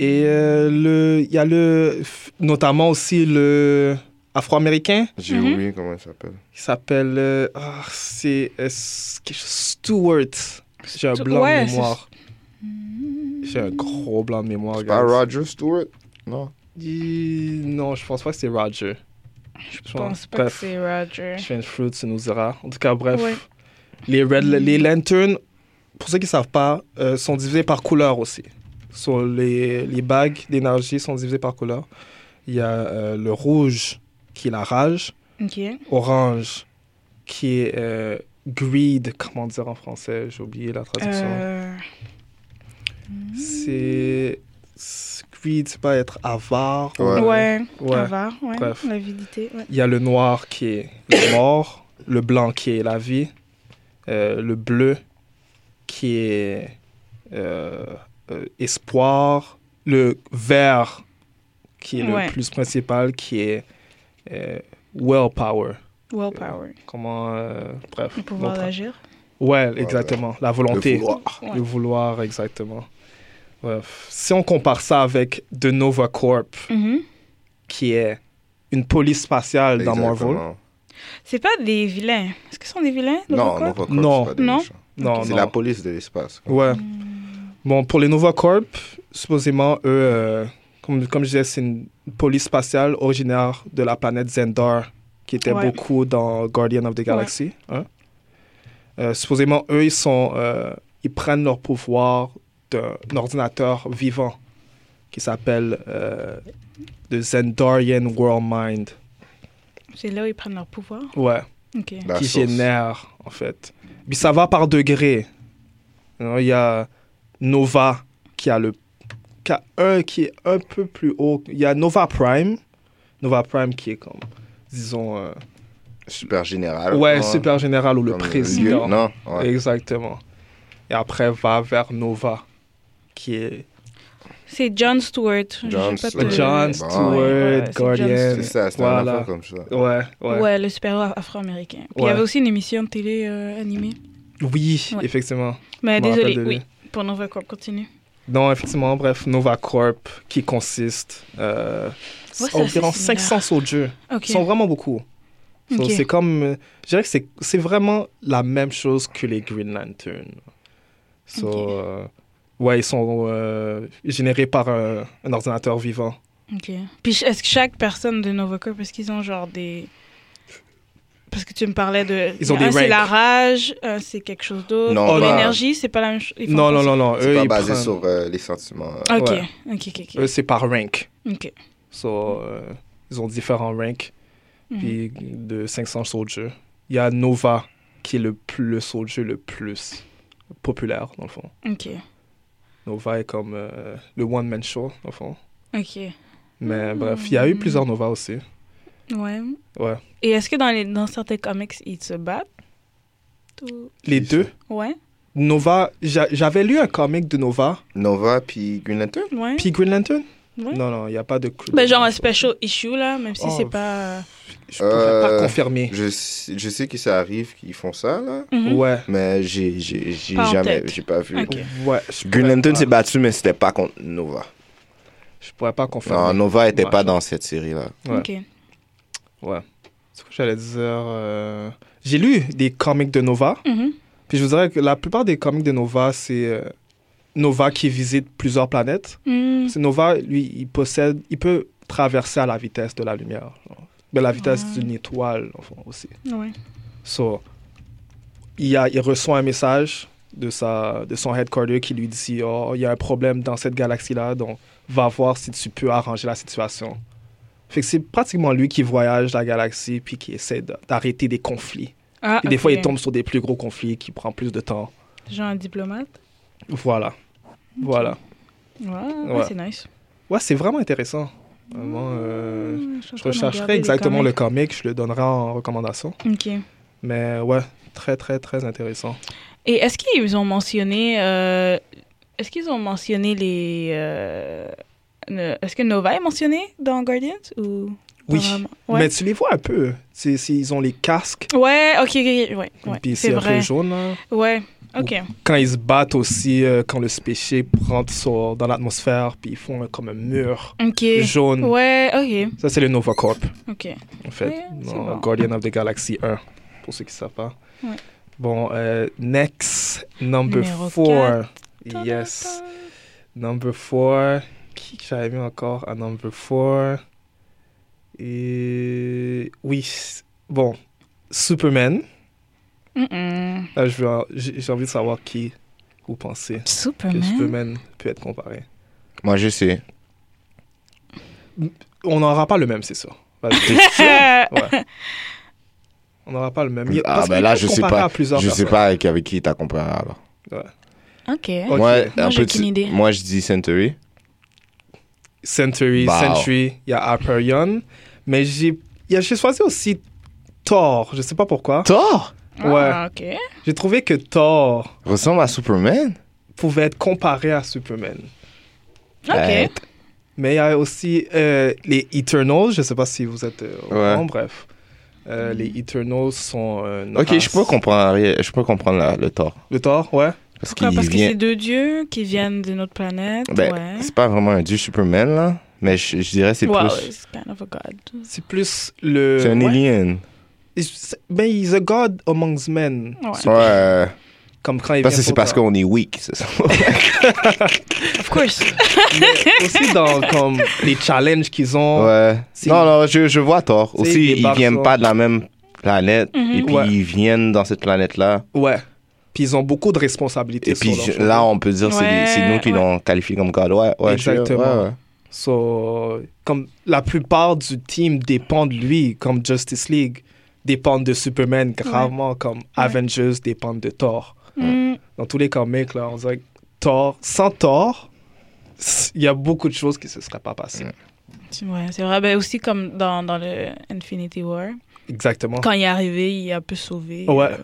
C: Et euh, le- il y a le. f- Notamment aussi le. Afro-américain,
D: J'ai
E: Mhm.
D: oublié comment il s'appelle.
C: qui s'appelle. euh, ah, c'est. euh, s- quelque chose- Stewart. J'ai un
E: Stu-
C: blanc
E: ouais,
C: de mémoire. J'ai un gros blanc de mémoire,
D: C'est pas
C: guys.
D: Roger Stewart Non.
C: Il- Non, je pense pas que c'est Roger.
E: Je pense pas que c'est Roger.
C: Strange Fruits nous dira. En tout cas, bref.
E: Ouais. Mm.
C: Les, Red, les Lanterns, pour ceux qui ne savent pas, euh, sont divisés par couleur aussi. Sur les, les bagues d'énergie sont divisées par couleur. Il y a euh, le rouge qui est la rage,
E: Ok.
C: orange qui est euh, greed, comment dire en français, j'ai oublié la traduction.
E: Euh,
C: C'est. c'est- Greed, c'est pas être avare. ou-
D: Ouais.
E: Ouais,
C: Ouais.
E: avare, ouais.
C: Bref.
E: L'avidité, ouais.
C: Il y a le noir qui est la mort, le blanc qui est la vie, euh, le bleu qui est euh, euh, espoir, le vert qui est
E: Ouais.
C: le plus principal, qui est euh, willpower.
E: Willpower.
C: Comment. euh, bref.
E: Le pouvoir
C: notre-
E: d'agir.
C: Ouais, exactement. La volonté.
D: Le vouloir.
E: Ouais.
C: Le vouloir, exactement. Bref. Si on compare ça avec The Nova Corp,
E: Mhm.
C: qui est une police spatiale dans Marvel.
D: Exactement.
E: C'est pas des vilains. Est-ce que ce sont des vilains? le
D: Non,
E: Robocop?
D: non, Oh, pas
C: Non.
E: Non.
C: Non,
D: C'est
C: non.
D: la police de l'espace. quoi.
C: Ouais. Bon, pour les Nova Corp, supposément, eux, euh, comme, comme je disais, c'est une police spatiale originaire de la planète Zendar, qui était
E: Ouais.
C: beaucoup dans Guardian of the Galaxy. hein. Euh, supposément, eux, ils, sont, euh, ils prennent leur pouvoir d'un ordinateur vivant qui s'appelle euh, The Zendarian World Mind.
E: C'est là où ils prennent leur pouvoir.
C: Ouais.
E: Ok.
D: La
C: qui
D: source.
C: génère, en fait. Puis ça va par degrés. Alors, Il y a Nova qui a le qui a un qui est un peu plus haut. Il y a Nova Prime. Nova Prime qui est comme, disons, euh,
D: Super général.
C: ouais,
D: quoi.
C: super général ou le
D: Comme
C: président.
D: lieutenant, ouais.
C: Exactement. Et après, va vers Nova, qui est
E: C'est John Stewart.
D: John
E: J'ai pas
D: Stewart.
E: de-
C: John
D: Bon.
C: Stewart,
E: Ouais, ouais, c'est
C: Guardian.
E: John
D: C'est ça, c'est un
C: Voilà.
D: enfant comme ça.
C: Ouais, ouais.
E: Ouais. le super-héros afro-américain. Puis Il y
C: Ouais.
E: avait aussi une émission de télé euh, animée.
C: Oui,
E: Ouais.
C: effectivement.
E: Mais
C: Je me
E: désolé,
C: rappelle de
E: oui.
C: lui.
E: Pour Nova Corp, continue.
C: Non, effectivement, bref, Nova Corp, qui consiste euh,
E: Ouais, c'est
C: environ
E: assez similaire.
C: 500 soldiers.
E: Ok.
C: Ils sont vraiment beaucoup. So,
E: Ok.
C: C'est comme. euh, Je dirais que c'est- c'est vraiment la même chose que les Green Lantern. So,
E: Ok.
C: euh, ouais, ils sont euh, générés par un, un ordinateur vivant.
E: Ok. Puis ch- est-ce que chaque personne de Nova Corp, est-ce qu'ils ont genre des. Parce que tu me parlais de.
C: Ils ont
E: un,
C: des
E: c'est
C: ranks.
E: la rage, un, c'est quelque chose d'autre.
D: Non,
C: pas-
E: Ou L'énergie, c'est pas la même chose. Ils font
C: Non,
E: pas
C: non, non, non.
D: C'est
C: Eux,
D: pas
C: ils
D: basé
C: prennent-
D: sur euh, les sentiments.
E: ça? Ok,
C: ouais. Euh,
E: ok, ok. ok.
C: Eux, c'est par rank.
E: Ok.
C: So, euh, ils ont différents ranks.
E: Mhm.
C: Puis de 500 soldiers. Il y a Nova, qui est le, plus, le soldier le plus populaire, dans le fond.
E: Ok.
C: Nova est comme euh, le one-man show, dans le fond.
E: Ok. Mm.
C: Mais bref, il y a eu plusieurs Nova aussi.
E: Ouais.
C: Ouais.
E: Et est-ce que dans, les, dans certains comics, ils se battent Ou-
C: Les
D: Qui
C: deux.
D: ça?
E: Ouais,
C: Nova, j'a- j'avais lu un comic de Nova,
D: Nova puis Green Lantern
E: ouais.
C: puis Green Lantern.
E: Hmm. Ouais.
C: Non, non, il n'y a pas de. cr-
E: Ben, genre un special issue, là, même si
C: Oh.
E: c'est pas.
C: Je pourrais pas
D: Euh,
C: confirmer.
D: Je, sais- je sais que ça arrive qu'ils font ça, là.
E: Mhm.
C: Ouais,
D: Mais j'ai j'ai- j'ai
E: Pas en
D: jamais,
E: tête.
D: j'ai pas vu.
E: Ok.
C: ouais. Je
D: Green
C: pourrais
D: Lantern
C: pas-
D: s'est battu, mais c'était pas contre Nova.
C: Je pourrais pas confirmer.
D: Non, Nova était
C: Ouais.
D: pas dans cette série-là.
C: Ouais.
E: Ok.
C: C'est quoi que j'allais dire euh, J'ai lu des comics de Nova.
E: Mhm.
C: Puis je vous dirais que la plupart des comics de Nova, c'est euh, Nova qui visite plusieurs planètes.
E: Mm.
C: C'est Nova, lui, il possède, il peut traverser à la vitesse de la lumière, genre. mais la vitesse
E: Ah.
C: d'une étoile enfin, aussi.
E: Ouais.
C: So, il, a- il reçoit un message de, sa, de son headquarter qui lui dit Oh, il y a un problème dans cette galaxie-là, donc va voir si tu peux arranger la situation. Fait que c'est pratiquement lui qui voyage la galaxie puis qui essaie de- d'arrêter des conflits.
E: Ah,
C: Et des fois,
E: ok.
C: il tombe sur des plus gros conflits qui prend plus de temps.
E: Genre un diplomate.
C: Voilà. Voilà.
E: Ouais, ouais,
C: Ouais.
E: c'est nice.
C: Ouais, c'est vraiment intéressant. Vraiment, euh,
E: Mm, suis en
C: je
E: train de regarder
C: rechercherai
E: les
C: exactement le
E: comics.
C: comic, je le donnerai en recommandation.
E: Ok.
C: Mais ouais, très, très, très intéressant.
E: Et est-ce qu'ils ont mentionné. euh, est-ce qu'ils ont mentionné les. euh, ne- est-ce que Nova est mentionné dans Guardians ou. pas
C: Oui.
E: vraiment? Ouais.
C: Mais tu les vois un peu. C'est- c'est- ils ont les casques,
E: Ouais, ok, ok, ouais, ouais,
C: puis
E: c'est
C: c'est un peu
E: vrai.
C: jaune. là.
E: Ouais, ok.
C: Quand ils se battent aussi, euh, quand le spéché prend sur- dans l'atmosphère, puis ils font euh, comme un mur
E: Ok.
C: jaune.
E: Ouais,
C: Ça, c'est le Nova Corp,
E: ok, ok.
C: en fait.
E: Ouais, c'est
C: dans
E: bon.
C: Guardian of the Galaxy 1, pour ceux qui ne savent pas.
E: Ouais.
C: Bon, euh, next, number
E: Numéro
C: 4.
E: Ta-da-da.
C: Yes. Number 4. Qui que j'avais mis encore à number 4 Et. Oui. c- Bon. Superman.
E: Mm-mm.
C: Là, Ah, je veux en- j'ai j'ai envie de savoir qui vous pensez que
E: Superman.
C: Superman peut être comparé.
D: Moi, je sais.
C: On n'aura pas le même, c'est sûr. Vas-y.
E: Euh,
C: Ouais. On n'aura pas le même. Il-
D: Ah,
C: parce
D: ben
C: qu'il
D: là,
C: peut
D: je sais
C: comparer
D: pas.
C: à plusieurs
D: Je sais
C: personnes.
D: pas avec, avec qui t'as comparé alors.
E: ok.
C: Ok.
D: Moi,
E: Moi,
D: un
E: j'ai
D: petit-
E: aucune idée.
D: moi, je dis Century.
C: Century,
D: Wow.
C: Century, il y a Hyperion. Mais j'ai il y a- j'ai choisi aussi Thor. Je sais pas pourquoi.
D: Thor
E: Ah, ok.
C: J'ai trouvé que Thor.
D: ressemble à Superman.
C: pouvait être comparé à Superman.
E: Ok.
D: Euh,
C: Mais il y a aussi euh, les Eternals, je sais pas si vous êtes euh, au
D: Ouais.
C: courant, bref. Euh, Les Eternals sont. euh, une
D: Ok,
C: race-
D: je peux comprendre, je peux comprendre la- le Thor.
C: Le Thor, ouais.
D: Parce
E: Pourquoi?
D: qu'il
E: Parce que
D: vient.
E: c'est deux dieux qui viennent d'une autre planète.
D: Ben,
E: ouais.
D: c'est pas vraiment un dieu Superman, là. Mais je, je dirais c'est
E: Wow,
D: plus.
E: it's kind of a god.
C: C'est plus le.
D: C'est un
C: Euh, Ouais.
D: alien.
C: Il- c'est- Ben, il est a god amongst men.
E: Ouais.
D: Ouais.
C: Comme quand il
D: Parce que
C: vient
D: c'est
C: sur
D: parce
C: Terre.
D: qu'on est weak, c'est ça.
E: Of course.
C: Mais aussi dans comme, les challenges qu'ils ont.
D: Ouais.
C: C'est-
D: Non, non, je, je vois tort.
C: C'est
D: Aussi,
C: des
D: ils
C: barres
D: viennent
C: sombres.
D: pas de la même planète.
E: Mhm.
D: Et puis,
C: Ouais.
D: ils viennent dans cette planète-là.
C: Ouais. Puis ils ont beaucoup de responsabilités.
D: Et puis,
C: sur leurs
D: je- là, on peut dire c'est
E: Ouais,
D: les- c'est nous qui
E: ouais.
D: l'ont qualifié comme God. Ouais, ouais, je-
C: Exactement.
D: ouais, ouais.
C: So, comme la plupart du team dépend de lui, comme Justice League dépendent de Superman gravement, comme Avengers dépendent de Thor.
E: Mm,
C: Dans tous les comics, là, on dirait que Thor, sans Thor, il y a beaucoup de choses qui se seraient pas passées.
E: c'est- ouais, c'est vrai. Ben, aussi comme dans, dans le Infinity War.
C: Exactement.
E: Quand il est arrivé, il a un peu sauvé.
C: Ouais.
E: euh,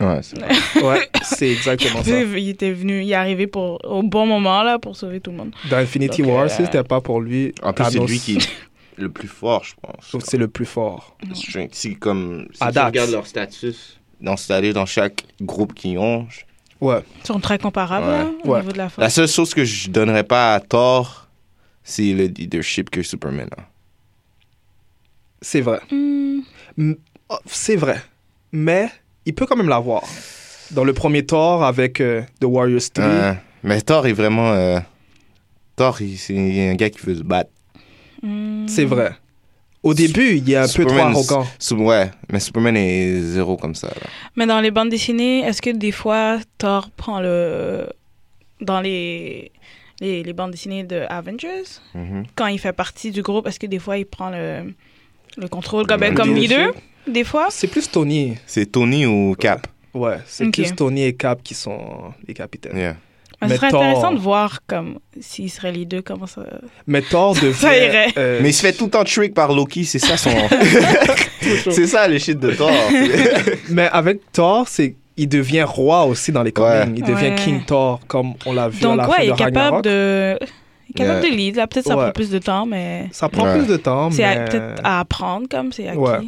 D: Ouais, c'est vrai.
C: Ouais, c'est exactement ça.
E: Il était venu, il est arrivé pour, au bon moment là pour sauver tout le monde.
C: Dans Infinity
E: Donc, euh,
C: War, si c'était pas pour lui,
D: En plus, c'est
C: Thanos,
D: lui qui est le plus fort, je pense.
C: c'est le plus fort.
D: Strength. Si, comme, si
C: À
D: tu
C: date.
D: regardes leur status installé dans chaque groupe qu'ils ont, je-
C: Ouais,
E: Ils sont très comparables
D: Ouais.
E: là, au
C: Ouais.
E: niveau de la force.
D: la seule chose que je donnerais pas à tort, c'est le leadership que Superman a.
C: c'est vrai.
E: Mm,
C: Mm, oh, C'est vrai. Mais il peut quand même l'avoir. Dans le premier Thor avec euh, The Warriors 3,
D: Euh, mais Thor est vraiment. euh, Thor, il- c'est un gars qui veut se battre.
E: mm.
C: c'est vrai. Au début, il est un peu trop
D: Superman,
C: arrogant.
D: Sup- ouais, mais Superman est zéro comme ça. là.
E: Mais dans les bandes dessinées, est-ce que des fois Thor prend le dans les les, les bandes dessinées de Avengers
D: Mhm.
E: quand il fait partie du groupe, est-ce que des fois il prend le le contrôle comme, ben,
D: Le
E: comme leader
C: leadership.
E: des fois
C: C'est plus Tony.
D: C'est Tony ou Cap
C: Ouais, c'est
E: Ok.
C: plus Tony et Cap qui sont les capitaines.
D: Yeah.
E: Mais Ce
C: Mais
E: serait
C: Thor-
E: intéressant de voir comme s'il serait les deux comment ça.
C: Mais Thor
E: Ça
C: devient.
E: irait.
C: euh,
D: Mais il se fait tout le temps trick par Loki, c'est ça son. c'est ça le shit de Thor.
C: mais avec Thor, c'est il devient roi aussi dans les
D: Ouais.
C: comics. Il devient
E: Ouais.
C: King Thor, comme on l'a vu à
E: Donc
C: la
E: ouais,
C: fin
E: il
C: de
E: est capable
C: Ragnarok.
E: de Il est capable
D: Yeah.
E: de lire. Là, peut-être ça
C: Ouais.
E: prend plus de temps, mais
C: Ça prend
D: Ouais.
C: plus de temps,
E: c'est à-
C: mais...
E: peut-être à apprendre comme c'est acquis.
C: Ouais.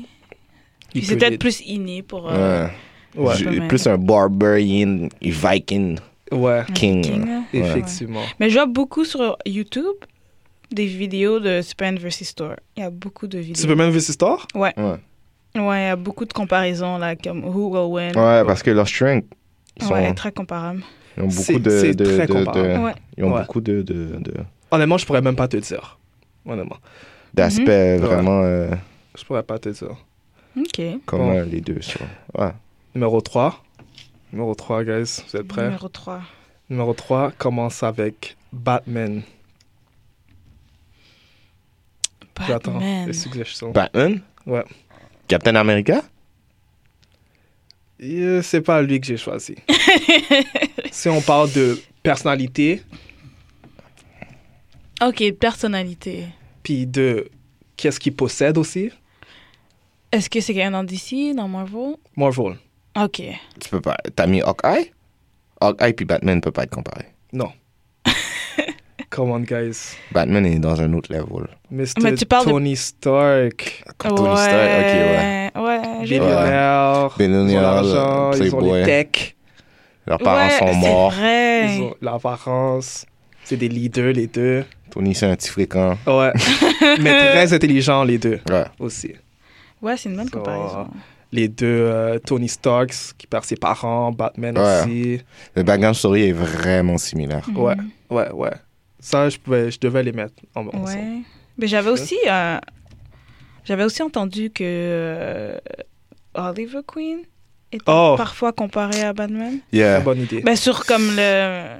C: il
E: Puis c'est
C: peut l'aider.
E: peut-être plus inné pour. euh,
D: Ouais.
C: Ouais,
D: J'ai-
E: Ouais.
D: Plus un barbarian et viking
C: ouais,
D: king.
E: là.
D: Ouais.
C: effectivement.
E: Mais je vois beaucoup sur YouTube des vidéos de Spain versus Store. Il y a beaucoup de vidéos.
C: Superman vs. Thor?
D: Ouais.
E: Ouais, il y a beaucoup de comparaisons là, comme Who Will Win.
D: Ouais, parce que leurs strengths, ils, sont,
E: Ouais, très comparable.
D: ils ont
C: C'est-
D: beaucoup de.
C: c'est
D: de,
C: très
D: de-
C: comparable.
D: de-
E: Ouais. Mhm.
D: Ils ont
C: Ouais.
D: beaucoup de, de, de-
C: Honnêtement, je pourrais même pas te dire. Honnêtement,
D: d'aspects vraiment euh,
C: je pourrais pas te dire.
E: Ok.
D: communs,
C: Bon.
D: les deux. sont. Ouais.
C: Numéro 3. Numéro 3, guys, vous êtes prêts?
E: Numéro 3.
C: Numéro 3 commence avec Batman. J'attends
E: Batman.
C: les suggestions.
D: Batman
C: Ouais.
D: Captain America
C: Euh, C'est pas lui que j'ai choisi. si on parle de personnalité,
E: Ok, personnalité.
C: puis de qu'est-ce qu'il possède aussi,
E: Est-ce que c'est quelqu'un dans DC, dans Marvel
C: Marvel.
E: Ok.
D: Tu peux pas. T'as mis Hawkeye Hawkeye puis Batman peut pas être comparé.
C: Non. Come on, guys.
D: Batman est dans un autre level.
C: Mr.
E: Mais tu parles de-
C: Tony Stark,
D: Tony Stark, ok, ouais.
E: Ouais, Ah, j'ai vu.
D: Ouais.
C: billionaire, ils ont
D: Billionaire,
C: l'argent, ils ont les
D: playboy.
C: techs,
D: Leurs parents
E: Ouais,
D: sont morts.
E: C'est vrai.
C: ils ont l'apparence. C'est des leaders, les deux.
D: Tony, c'est un petit fréquent.
C: Ouais. Mais très intelligents, les deux
D: Ouais.
C: aussi.
E: Ouais, c'est une bonne
C: Ça-
E: comparaison.
C: les deux euh, Tony Starks qui perd ses parents, Batman
D: Ouais.
C: aussi.
D: Le background story est vraiment similaire.
E: Mhm.
C: Ouais, ouais, ouais. Ça, je, pouvais, je devais les mettre en ensemble.
E: Ouais. Mais j'avais aussi, euh, j'avais aussi entendu que euh, Oliver Queen était
C: Oh.
E: parfois comparé à Batman.
C: Très
D: Yeah.
C: bonne idée.
E: Ben, sur comme le,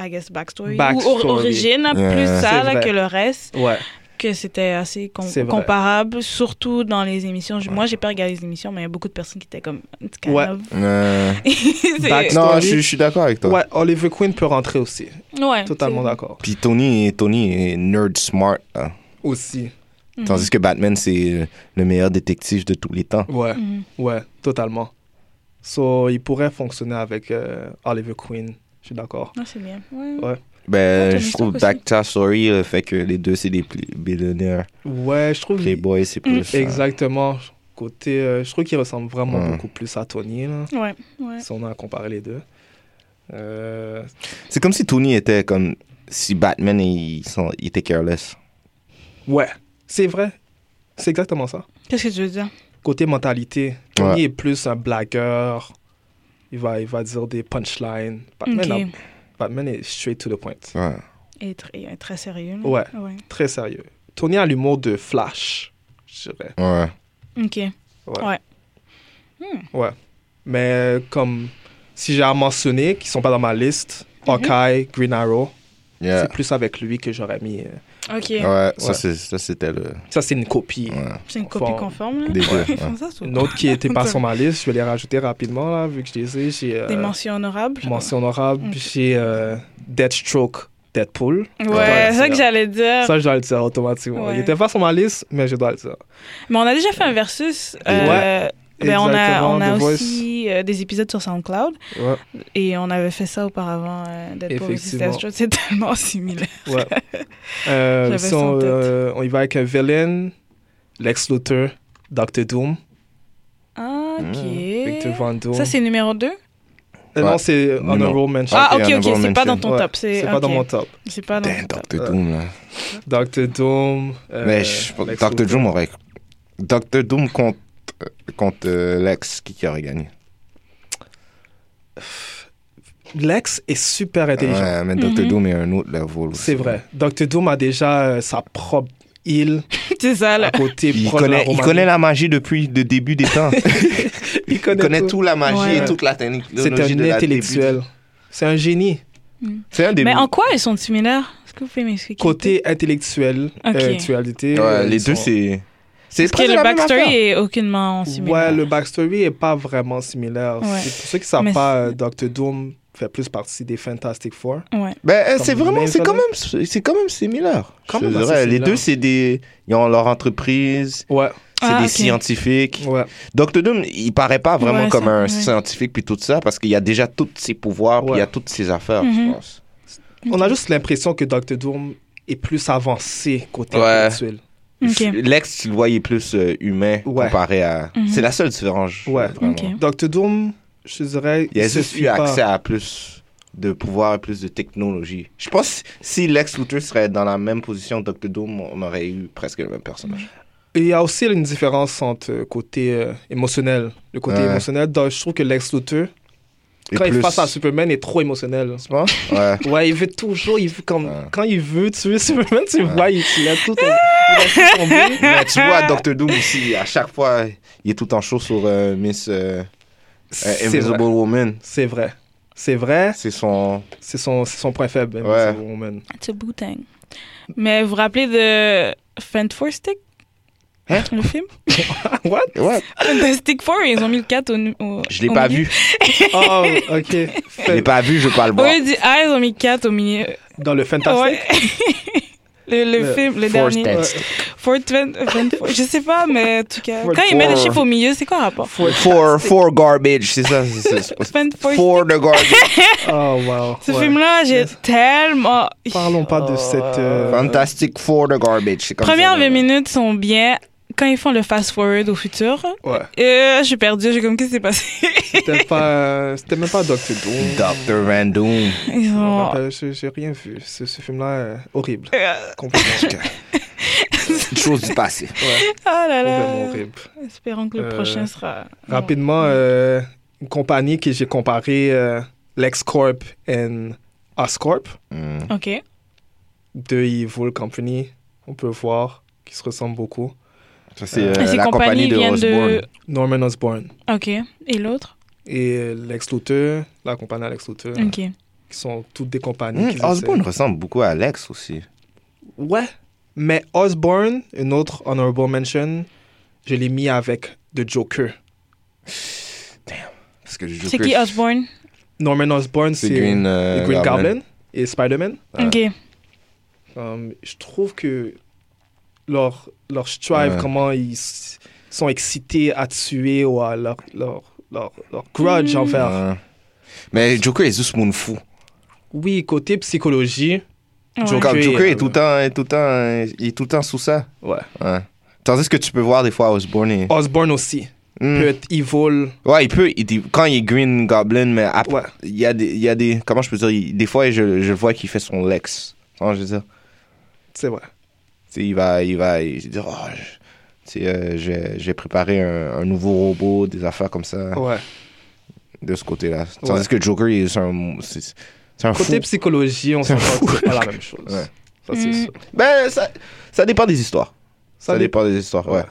E: I guess, backstory.
C: Backstory.
E: Ou or- origine, hein,
D: Yeah.
E: plus ça
C: C'est
E: là,
C: vrai.
E: que le reste,
C: Ouais,
E: que c'était assez com-
C: C'est vrai.
E: comparable, surtout dans les émissions. Je- Moi, j'ai pas regardé les émissions, mais il y a beaucoup de personnes qui étaient comme. it's kind
C: Ouais.
E: of-
D: Euh,
E: C'est-
C: Back-
D: Non,
C: Story.
D: je, je suis d'accord avec toi.
C: ouais, Oliver Queen peut rentrer aussi.
E: ouais,
C: Totalement
E: c'est-
C: d'accord.
D: Puis Tony, Tony est nerd smart. hein.
C: Aussi.
E: Mhm.
D: Tandis que Batman, c'est euh, le meilleur détective de tous les temps.
C: Ouais,
E: Mhm.
C: ouais, totalement. So, il pourrait fonctionner avec euh, Oliver Queen. Je suis d'accord.
E: Non, Ah, c'est bien. Ouais.
C: Ouais.
D: Ben,
E: Ouais, Tony
D: je trouve
E: Stark aussi.
D: Backta Story le fait que les deux, c'est des pli- billionnaires.
C: Ouais, je trouve.
D: Playboy, c'est plus.
C: Mm,
D: euh,
C: Exactement. Côté, euh, je trouve qu'il ressemble vraiment
D: Ouais.
C: beaucoup plus à Tony, là,
E: Ouais, ouais.
C: si on a comparé les deux. Euh,
D: C'est comme si Tony était comme. Si Batman, il, sont- il était careless.
C: ouais, c'est vrai. C'est exactement ça.
E: Qu'est-ce que tu veux dire?
C: côté mentalité, Tony
D: Ouais.
C: est plus un blagueur. Il va, il va dire des punchlines. Batman,
E: Ok.
C: a- Batman est straight to the point.
D: Ouais.
E: Et tr- et très sérieux. là.
C: Ouais.
E: ouais.
C: Très sérieux. Tony a l'humour de Flash, je dirais.
D: Ouais.
E: Ok.
C: Ouais.
E: Ouais.
C: Ouais. Mais euh, comme si j'ai à mentionner, qui sont pas dans ma liste,
E: Mhm.
C: Hawkeye, Green Arrow,
D: Yeah.
C: c'est plus avec lui que j'aurais mis. euh.
E: Ok.
D: Ouais, ça,
C: Ouais.
D: c'est- ça, c'était le.
C: Ça, c'est une copie.
D: Ouais.
E: C'est une
C: Enfin,
E: copie conforme, là.
D: Des deux.
E: Ils
D: ouais.
E: font ça souvent.
C: Une autre qui était pas sur ma liste, je vais les rajouter rapidement, là, vu que je les ai. J'ai euh,
E: Des mentions honorables.
C: mention honorable, j'ai euh, Deathstroke, Deadpool.
E: Ouais, c'est ça que
C: c'est-
E: j'allais dire.
C: Ça, je dois le dire automatiquement.
E: Euh. Ouais.
C: Il était pas sur ma liste, mais je dois le dire.
E: Mais on a déjà fait un versus. euh, ben, on a,
C: Exactement,
E: on a
C: The Voice.
E: aussi euh, des épisodes sur SoundCloud
C: Ouais,
E: et on avait fait ça auparavant. Euh, Deadpool vs.
C: Effectivement.
E: Deathstroke. c'est tellement similaire.
C: ouais. Euh,
E: J'avais
C: si
E: ça en
C: on,
E: tête.
C: euh, on y va avec un villain, Lex Luthor, Dr. Doom, Hmm, Victor
E: Ok.
C: Von Doom.
E: Ça, c'est numéro 2.
C: Euh,
D: Ouais.
C: Non, c'est Honorable Mention.
E: Ah,
D: Ok,
E: ok, ok,
D: honorable
E: c'est pas
D: mention.
E: dans ton
C: Ouais,
E: top.
C: C'est pas dans
E: ok.
C: mon top.
E: C'est pas dans
D: Damn,
E: ton top.
D: Dr. Doom, là.
C: Dr. Doom. euh,
D: Mais je-
C: Lex
D: Dr.
C: Luthor.
D: Doom aurait. Dr. Doom contre, euh, contre euh, Lex, qui, qui aurait gagné
C: Lex est super intelligent.
D: Ouais, mais Dr.
E: Mhm.
D: Doom est un autre level. aussi.
C: C'est vrai. Dr. Doom a déjà euh, sa propre île
E: C'est ça, là.
C: à côté.
D: Il
C: proche de la
D: connaît, il
C: Roumanie.
D: connaît la magie depuis le début des temps.
C: Il
D: il
C: connaît,
D: connaît
C: tout.
D: tout la magie
E: Ouais.
D: et toute la technique.
C: C'est un intellectuel. C'est un génie.
D: C'est un début.
E: Mais en quoi ils sont similaires Est-ce que vous pouvez m'expliquer
C: côté intellectuel,
E: Ok.
C: euh, actualité. euh,
D: Ouais, les
C: ils
D: deux,
C: sont-
D: c'est. C'est
E: Parce que
D: presque
E: le
D: la même
E: backstory
D: affaire.
E: est aucunement similaire.
C: Ouais, le backstory est pas vraiment similaire.
E: Ouais.
C: C'est- Pour ceux qui savent
E: Mais
C: pas, euh, Doctor Doom fait plus partie des Fantastic Four.
E: Ouais.
D: Ben, euh,
C: Comme
D: c'est
C: vous
D: vraiment,
C: l'avez
D: c'est quand
C: entendu.
D: même, c'est quand même similaire.
C: Quand
D: Je
C: même
D: te
C: assez
D: dirais, les
C: similaire.
D: deux, c'est des, ils ont leur entreprise,
C: Ouais,
D: c'est
E: Ah,
D: des
E: ok.
D: scientifiques.
C: ouais,
D: Dr. Doom, il paraît pas vraiment
E: Ouais,
D: comme
E: ça,
D: un
E: ouais.
D: scientifique puis tout ça parce qu'il y a déjà tous ses pouvoirs puis
C: Ouais.
D: il y a toutes ses affaires, je
E: Mhm.
D: pense.
C: On a juste l'impression que Doctor Doom est plus avancé côté
D: Ouais.
C: intellectuel.
E: Ok.
D: Lex, tu le voyais plus euh, humain
C: Ouais.
D: comparé à.
E: Mhm.
D: C'est la seule différence. je
C: Ouais.
D: trouve, vraiment.
E: Ok.
C: Dr. Doom, je dirais.
D: Il y a
C: se
D: juste
C: fie
D: eu
C: pas-
D: accès à plus de pouvoir, plus de technologie. Je pense que si Lex Luthor serait dans la même position que Doctor Doom, on aurait eu presque le même personnage.
C: Et Il y a aussi une différence entre euh, côté euh, émotionnel. Le côté
D: Ouais.
C: émotionnel, donc, je trouve que Lex Luthor,
D: Et
C: quand il
D: plus-
C: est face à Superman, est trop émotionnel.
D: Tu penses? Ouais.
C: Ouais, il veut toujours, il veut comme,
D: Ouais.
C: quand il veut tuer Superman, tu vois, il, il a tout, tom- il a tout tombé.
D: Mais tu vois, Doctor Doom aussi, à chaque fois, il est tout en chaud sur euh, Miss euh, euh,
C: C'est
D: Invisible
C: vrai.
D: Woman.
C: C'est vrai. C'est vrai,
D: C'est son.
C: c'est son, c'est son point faible,
D: Ouais.
C: Invisible Woman.
E: It's a Wu-Tang. Mais vous vous rappelez de Fantastic
D: Hein?
E: Le film
C: Ah, What?
D: Ouais.
E: Fantastic Four, ils ont mis le 4 au. au
D: Je l'ai
E: au
D: pas
E: milieu.
D: vu.
C: Oh, ok.
D: Je l'ai pas vu, je veux pas le
E: Au
D: voir.
E: lieu du A, ah, ils ont mis 4 au milieu.
C: Dans le Fantastic.
E: le, le
C: Le
E: film, le
D: Fourth
E: dernier.
D: Test.
E: Four Twen- Twen- je sais pas, mais en tout cas.
C: Four-
E: quand ils mettent le
D: Four-
E: chiffre au milieu, c'est quoi le rapport
C: Faut-
D: For, for garbage, c'est ça. c'est- c'est-
E: Fantastic-
D: For the garbage.
C: Oh, wow.
E: Ce
C: Ouais.
E: film-là, Oh. j'ai
C: Yes.
E: tellement.
C: Parlons pas de cette. euh,
D: Fantastic for the garbage. c'est comme
E: Premières
D: ça,
E: 20
D: là.
E: minutes sont bien. Quand ils font le fast-forward au futur,
C: Ouais.
E: euh, je suis perdue, j'ai comme qu'est-ce qui s'est passé.
C: C'était pas. euh, C'était même pas Doctor Doom.
D: Dr. Van Doom.
E: Ils
C: Je me
E: ont.
C: rappelle, euh, J'ai j'ai rien vu. Ce, ce film-là, euh, horrible.
E: Euh,
C: Complètement.
D: Une chose du passé.
C: Ouais,
E: Ah là
C: complètement
E: là.
C: horrible.
E: Espérons que le
C: Euh,
E: prochain sera.
C: Rapidement, euh, une compagnie que j'ai comparée, euh, LexCorp et Oscorp,
D: Mm.
E: Ok.
C: deux evil company, on peut voir, qui se ressemblent beaucoup.
D: Ça, c'est euh, Hmm,
E: Et ces
D: la compagnie
E: compagnies
D: de
E: viennent
D: Osborne.
E: de.
C: Norman Osborn
E: Ok. Et l'autre
C: et euh, Lex Luthor, la compagnie à Lex Luthor,
E: Ok.
C: qui sont toutes des compagnies.
D: Mm,
C: qui
D: Osborne ressemble beaucoup à Alex aussi.
C: essaient- Ouais. Mais Osborn, une autre honorable mention, je l'ai mis avec The Joker.
D: Parce que je
E: C'est qui Osborne
C: Norman Osborn,
D: C'est
C: c'est
D: Green, euh,
C: le Green
D: Goblin.
C: Goblin, et Spider-Man.
D: Ouais.
E: Ok.
C: Um, je trouve que leur, leur strive,
D: Ouais.
C: comment ils s- sont excités à tuer ou à leur, leur, leur, leur grudge envers.
D: Ouais. Mais Joker est juste mon fou.
C: Oui, côté psychologie,
E: Ouais.
C: Joker.
D: Joker, Joker est, tout
C: euh,
D: le temps, est tout le temps, euh, il est tout le temps sous ça.
C: ouais.
D: Ouais. Oh, Tandis que tu peux voir des fois Osborne. il-
C: Osborn aussi
D: Mm.
C: peut être evil.
D: Ouais, il peut. il dit- quand il est Green Goblin, mais ap-
C: Ouais.
D: il, y a des, il y a des. Comment je peux dire il- Des fois, je, je vois qu'il fait son Lex. Tu vois, je veux dire.
C: C'est vrai.
D: Tu sais, il va, il va, il va dire, oh, je- tu sais, euh, j'ai j'ai préparé un, un nouveau robot, des affaires comme ça,
C: Ouais.
D: de ce côté-là. Tandis
C: Ouais.
D: que Joker, il est juste un, c'est c'est un
C: Côté
D: fou.
C: psychologie, on
D: C'est un
C: s'entend
D: fou.
C: que c'est pas la même chose.
D: Ouais.
C: Ça, c'est
E: Mm.
C: sûr.
D: Ben, ça, ça dépend des histoires. Ça,
C: dépend.
D: dépend des histoires, ouais.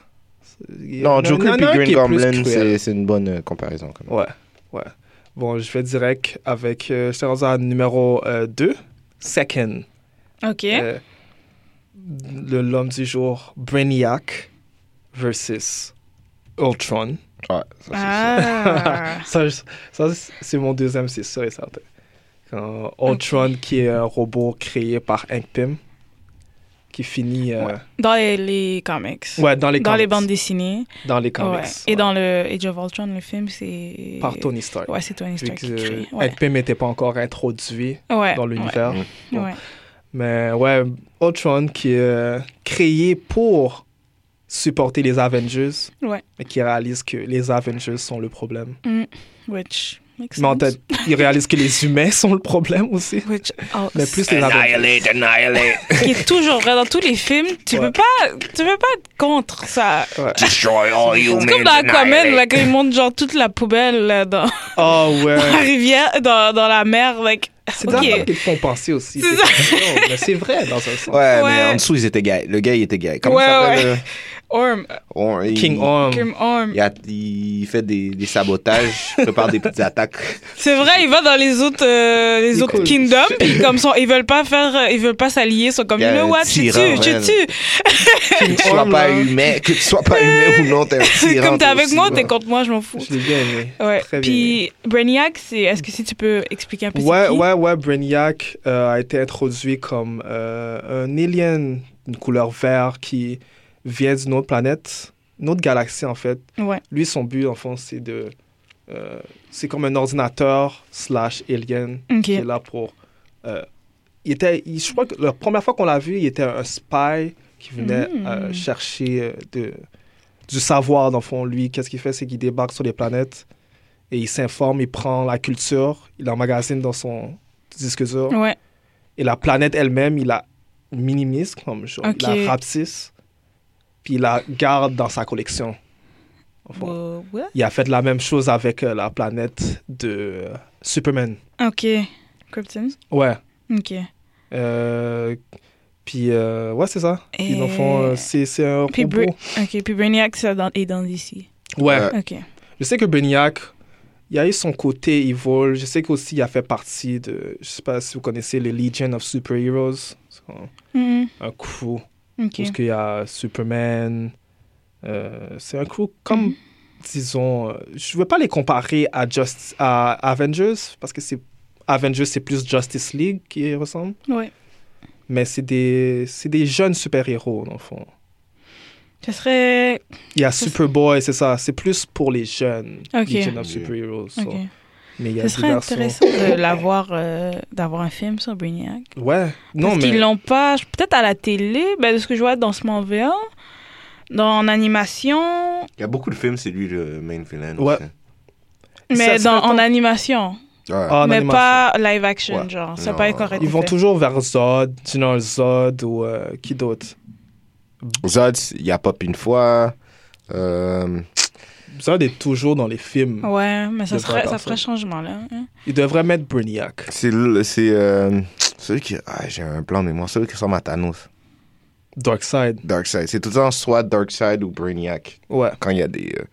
C: Il y en
D: Non,
C: a- il y en
D: Joker
C: a
D: puis
C: un
D: Green
C: qui est plus
D: Goblin,
C: cruel.
D: c'est c'est une bonne euh, comparaison. Quand même.
C: Ouais, ouais. Bon, je vais direct avec. Euh, je suis rendu à numéro 2, Second.
E: Ok.
C: Euh, le l'homme du jour, Brainiac versus Ultron.
D: Ouais, ça, c'est ça.
E: Ah.
C: Ça, je- ça, c'est mon deuxième, c'est sûr et certain. Quand Ultron, qui est un robot créé par Hank Pym, qui finit euh, ouais.
E: Dans les, les comics.
C: dans les
E: dans
C: comics.
E: les bandes dessinées.
C: Dans les
E: Ouais.
C: comics.
E: Et
C: ouais.
E: dans le Age of Ultron, le film, c'est.
C: Par Tony Stark.
E: Ouais, c'est Tony
C: Vu
E: Stark
C: que,
E: qui
C: euh,
E: crée. Ouais.
C: Hank Pym n'était pas encore introduit
E: Ouais.
C: dans l'univers.
E: Ouais.
C: Bon.
E: ouais.
C: Mais ouais, Ultron qui est euh, créé pour supporter les Avengers,
E: Ouais.
C: mais qui réalise que les Avengers sont le problème.
E: Which makes
C: Mais en
E: sense.
C: tête, il réalise que les humains sont le problème aussi.
E: Which oh,
C: Mais plus les Avengers.
D: Annihilate, annihilate,
E: qui est toujours vrai dans tous les films. Tu
C: Ouais.
E: peux pas, tu peux pas être contre ça.
D: destroy all humans.
E: C'est comme dans Aquaman,
D: annihilate.
E: là, quand ils montent genre toute la poubelle là, dans
C: Oh
E: la
C: ouais.
E: rivière, dans, dans la mer, like.
C: C'est
E: Ok.
C: dans qu'ils qu'ils font penser aussi.
E: C'est
C: C'est
E: ça.
C: comme, oh, mais c'est vrai dans un sens.
D: Ouais, mais
E: Ouais.
D: en dessous, ils étaient gays. Le gars, il était gay. Comment
E: Ouais,
D: ça s'appelle
E: ouais.
D: euh,
E: Orm,
D: Or- il-
C: King Orm.
E: Kim Orm.
D: Il, a- il fait des, des sabotages, il prépare des petites attaques.
E: C'est vrai, il va dans les autres, euh, les
C: Il
E: autres
C: coule.
E: kingdoms, puis comme sont, ils veulent pas faire, euh, ils veulent pas s'allier, ils sont comme,
D: Il y
E: you
D: a
E: know
D: un
E: what, je
D: tyran,
E: tue,
D: ouais,
E: je tue.
D: Que tu sois
C: Orm,
D: pas
C: là.
D: humain, que tu sois pas humain ou non, t'es un tyran.
E: Comme t'es
D: toi
E: avec
D: aussi,
E: moi,
D: ouais.
E: t'es contre moi, je m'en fous.
C: Je l'ai bien aimé.
E: Ouais.
C: Très bien
E: Puis Brainiac, c'est, est-ce que si tu peux expliquer un peu c'est
C: Ouais,
E: qui?
C: ouais, ouais. Brainiac euh, a été introduit comme euh, un alien, une couleur vert qui vient d'une autre planète, une autre galaxie en fait.
E: Ouais.
C: Lui, son but, en fond, c'est de. euh, c'est comme un ordinateur slash alien
E: Ok.
C: qui est là pour euh, il était, il- je crois que la première fois qu'on l'a vu, il était un spy qui venait
E: Mm.
C: euh, chercher euh, de, du savoir, dans le fond. Lui, qu'est-ce qu'il fait, c'est qu'il débarque sur les planètes et il s'informe, il prend la culture, il l'emmagasine dans son disque dur.
E: Ouais.
C: Et la planète elle-même, il la minimise, comme genre,
E: Ok.
C: il la rapetisse, puis il la garde dans sa collection. Enfin,
E: Wow, what?
C: Il a fait la même chose avec euh, la planète de euh, Superman.
E: Ok. Krypton.
C: Ouais.
E: Ok.
C: Euh, puis, euh, ouais, c'est ça. Puis, dans le fond,
E: Et-
C: euh, c'est c'est un
E: Puis
C: robot.
E: Ok, puis Brainiac c'est dans, est dans DC.
C: Ouais.
F: Euh,
D: Ouais.
E: Ok.
C: Je sais que Brainiac, il a eu son côté evil. Je sais qu'aussi, il a fait partie de... Je sais pas si vous connaissez les Legion of Super Heroes. C'est un-
E: Mhm.
C: Un crew.
E: Ok.
C: Parce qu'il y a Superman. euh, c'est un crew comme,
E: Mhm.
C: disons... euh, Je veux pas les comparer à, Just, à Avengers, parce que c'est... Avengers, c'est plus Justice League qui ressemble.
E: Ouais.
C: Mais c'est des, c'est des jeunes super-héros, dans le fond.
E: Ce serait.
C: Il y a
E: Ça, c'est-
C: Superboy, c'est ça. C'est plus pour les jeunes.
E: Ok.
C: Legion of
D: Yeah.
C: Super Heroes. so.
E: Ok.
C: Mais il y a
E: Ce
C: des
E: serait
C: versions-
E: intéressant de l'avoir, euh, d'avoir un film sur Brainiac.
C: Ouais. Non,
E: Parce
C: mais.
E: qu'ils l'ont pas. je- Peut-être à la télé, ben, de ce que je vois dans ce moment dans en animation,
F: Il y a beaucoup de films, c'est lui le main villain.
C: Ouais.
F: aussi.
C: Ça
E: mais dans,
C: serait
E: en
C: pas-
E: animation,
F: Ouais.
C: Ah, en
E: mais
C: animation.
E: pas live action,
C: Ouais.
E: genre. C'est
F: Non.
E: pas correct.
C: Ils vont toujours vers Zod, tu know, Zod ou euh, qui d'autre
D: Zod, il y a Pop une fois. Euh,
C: Zod est toujours dans les films.
E: Ouais, mais ça,
C: Devrait
E: serait, ça
C: personne.
E: ferait changement, là. hein.
C: Ils devraient mettre Brainiac.
D: C'est
F: C'est le- c'est, euh,
D: celui qui. Ah, j'ai un plan de mémoire. Celui qui ressemble à Thanos.
C: Darkseid.
D: Darkseid. C'est tout le temps soit Darkseid ou Brainiac.
C: Ouais.
D: Quand il y a des. euh,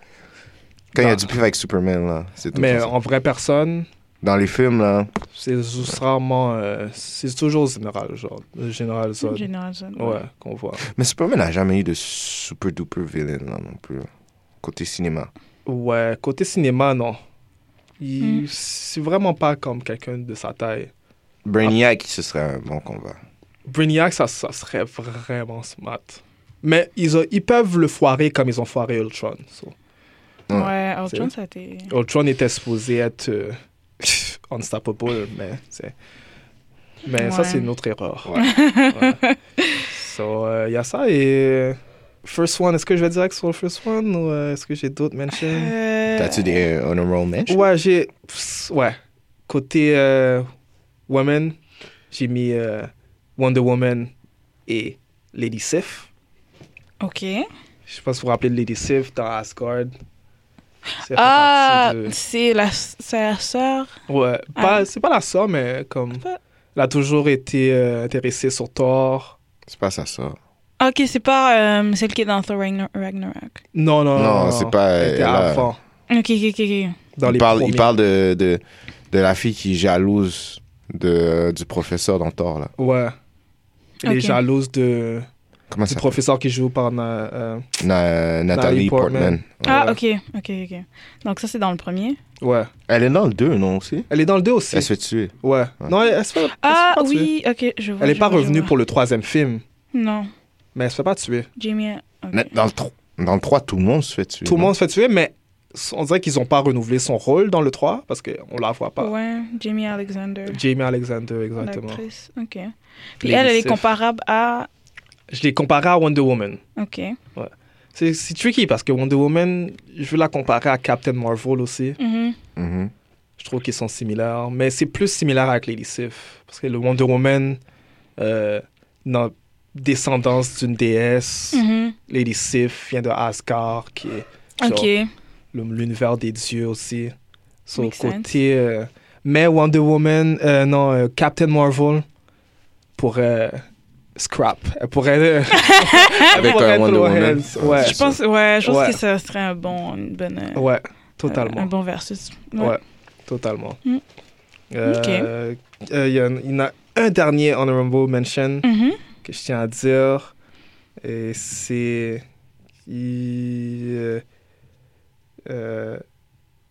D: quand il y a
C: Non.
D: du pif avec Superman, là. C'est tout le
C: Ah. Mais
D: temps ça.
C: en vraie personne,
D: Dans les films, là.
C: c'est juste rarement. euh, c'est toujours le général, genre. Le général Zod.
E: General Zod, ouais.
C: Ouais, qu'on voit.
D: Mais Superman n'a jamais eu de super duper villain, là, non plus. Côté cinéma.
C: Ouais, côté cinéma, non.
E: Hmm.
C: Il- C'est vraiment pas comme quelqu'un de sa taille.
D: Brainiac, ce serait un bon combat.
C: Brainiac, ça, ça serait vraiment smart. Mais ils, ont- ils peuvent le foirer comme ils ont foiré Ultron. so.
D: Ouais.
E: Ouais,
C: C'est
E: Ultron,
C: vrai.
E: ça a été.
C: Ultron était supposé être euh, unstoppable, mais c'est. Mais ça,
E: Ouais.
C: c'est une autre erreur.
D: Ouais.
C: Ouais. So, euh, il y a ça et. First One, est-ce que je vais direct sur le First One ou euh, est-ce que j'ai d'autres mentions
E: Euh,
D: T'as-tu des euh, honorable mentions?
C: Ouais, j'ai. pss, Ouais. Côté euh, Woman, j'ai mis euh, Wonder Woman et Lady Sif.
E: Ok.
C: Je sais pas si vous vous rappelez de Lady Sif dans Asgard. C'est
E: Ah, c'est la, c'est la sœur.
C: Ouais,
E: Ah.
C: pas, c'est pas la sœur, mais comme.
E: Pas-
C: Elle a toujours été euh, intéressée sur Thor.
D: C'est pas ça, ça.
E: Ok, c'est pas euh, celle qui est dans Thor Ragnar- Ragnarok.
C: Non, non,
D: Non,
C: non.
D: c'est pas
C: Elle était
D: elle, là.
C: avant.
E: Ok, ok, ok. ok.
C: Dans
D: il,
C: les
D: parle,
C: premiers.
D: il parle de, de, de la fille qui est jalouse de, du professeur dans Thor, là.
C: Ouais. Elle
E: Ok.
C: est jalouse de,
D: Comment
C: du
D: ça
C: professeur qui joue par. na- euh,
D: s'appelle? Na- Nathalie
C: Natalie
D: Portman.
C: Portman.
E: Ah,
C: Ouais.
E: ok, ok, ok. Donc ça, c'est dans le premier.
C: ouais.
D: Elle est dans le 2, non, aussi?
C: Elle est dans le 2 aussi.
D: Elle se fait tuer.
C: Ouais. Non, elle, elle se fait- elle se fait
E: Ah
C: pas tuer.
E: oui, ok, je vois.
C: Elle
E: je
C: n'est pas
E: vois, je
C: revenue
E: vois.
C: pour le troisième film,
E: Non,
C: mais elle se fait pas tuer.
E: Jamie. ok.
D: Na- Dans le, tro- dans le 3, tout le monde se fait tuer.
C: Tout le
D: non?
C: monde se fait tuer, mais on dirait qu'ils ont pas renouvelé son rôle dans le 3 parce qu'on la voit pas.
E: Ouais, Jamie Alexander.
C: Jamie Alexander, exactement.
E: L'actrice, ok. Puis
C: Lady
E: elle, elle est
C: Sif.
E: comparable à.
C: Je l'ai comparé à Wonder Woman.
E: Ok.
C: C'est c'est tricky parce que Wonder Woman, je veux la comparer à Captain Marvel aussi.
E: Mhm.
D: Mhm.
C: Je trouve qu'ils sont similaires, mais c'est plus similaire avec Lady Sif. Parce que le Wonder Woman, euh, n'a- descendance d'une déesse,
E: mhm.
C: Lady Sif vient de Asgard, qui est genre
E: Ok.
C: le- l'univers des dieux aussi. Sur
E: Makes sense.
C: côté. euh, mais Wonder Woman, euh, non, euh, Captain Marvel pourrait scrap. Elle pourrait. euh, elle
D: Avec
C: pourrait
D: un
C: être
D: Wonder
C: au
D: Woman.
C: hands, Ouais.
E: Je pense, ouais, je pense
C: Ouais.
E: que ça serait un bon, une bonne, euh,
C: Ouais,
E: un
C: totalement.
E: bon versus.
C: ouais. totalement.
E: Mm.
C: Euh, euh, Il y, en- il y en a un dernier honorable mention
E: Mhm.
C: que je tiens à dire. Et c'est. il- euh, euh,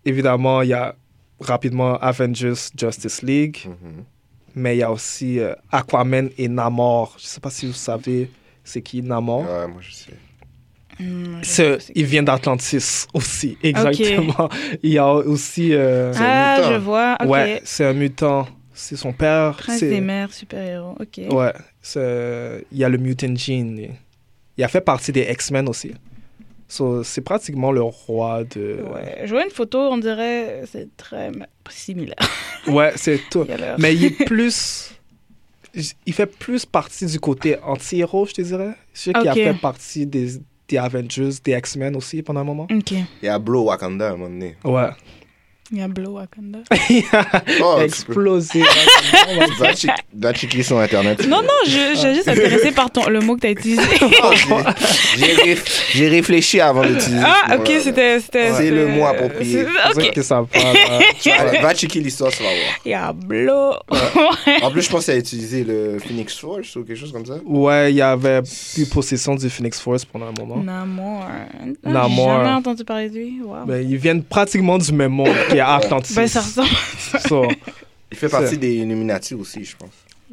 C: évidemment, il y a rapidement Avengers Justice League,
D: Mhm.
C: mais il y a aussi euh, Aquaman et Namor. Je sais pas si vous savez c'est qui Namor.
D: Ouais, moi, je sais.
E: Mm, je
C: C'est-
E: sais pas
C: il vient d'Atlantis aussi, exactement. Il y a aussi. euh,
E: c'est- Ah,
D: mutant.
E: je vois. Ah, Ok.
C: Ouais, c'est un mutant. C'est son père.
E: Prince
C: c'est-
E: des mers, super-héros. Ok.
C: Ouais. c'est- Il y a le Mutant Gene. et- Il a fait partie des X-Men aussi. So, c'est pratiquement le roi de.
E: Ouais. Je vois une photo, on dirait c'est très ma- similaire.
C: Ouais, c'est tout.
E: Il a l'air-
C: Mais il est plus. Il fait plus partie du côté anti-héros, je te dirais. Je sais qu'il a
E: Ok.
C: fait partie des, des Avengers, des X-Men aussi pendant un moment.
E: Ok.
F: Il y a Blow Wakanda à un moment donné.
C: Ouais.
E: Il y a Blow Wakanda.
C: il a
F: Oh, tu peux-
C: explosé.
D: Va check- va checker sur Internet.
E: Non, non, je, j'ai juste intéressé par ton, le mot que t'as utilisé.
D: Oh, j'ai- j'ai réf- J'ai réfléchi avant d'utiliser. ce
E: ah, ok,
D: mot-là.
E: c'était. c'était
D: C'est le
E: c'était-
D: mot approprié.
E: c'est-
C: C'est
E: Ok.
C: que ça va, là.
D: Voilà, Va checker l'histoire, tu vas voir.
E: Il y a Blow. Ouais.
D: En plus, je pense qu'elle a utilisé le Phoenix Force ou quelque chose comme ça.
C: Ouais, il y avait eu possession du Phoenix Force pendant un moment.
E: Namor. Ah,
C: Oh. Namor. Ben,
E: J'ai jamais entendu parler de lui. Wow.
C: Mais ils viennent pratiquement du même monde qui est Atlantis.
E: Ben, ça ressemble.
C: So,
D: Il fait partie des Illuminati aussi, je pense.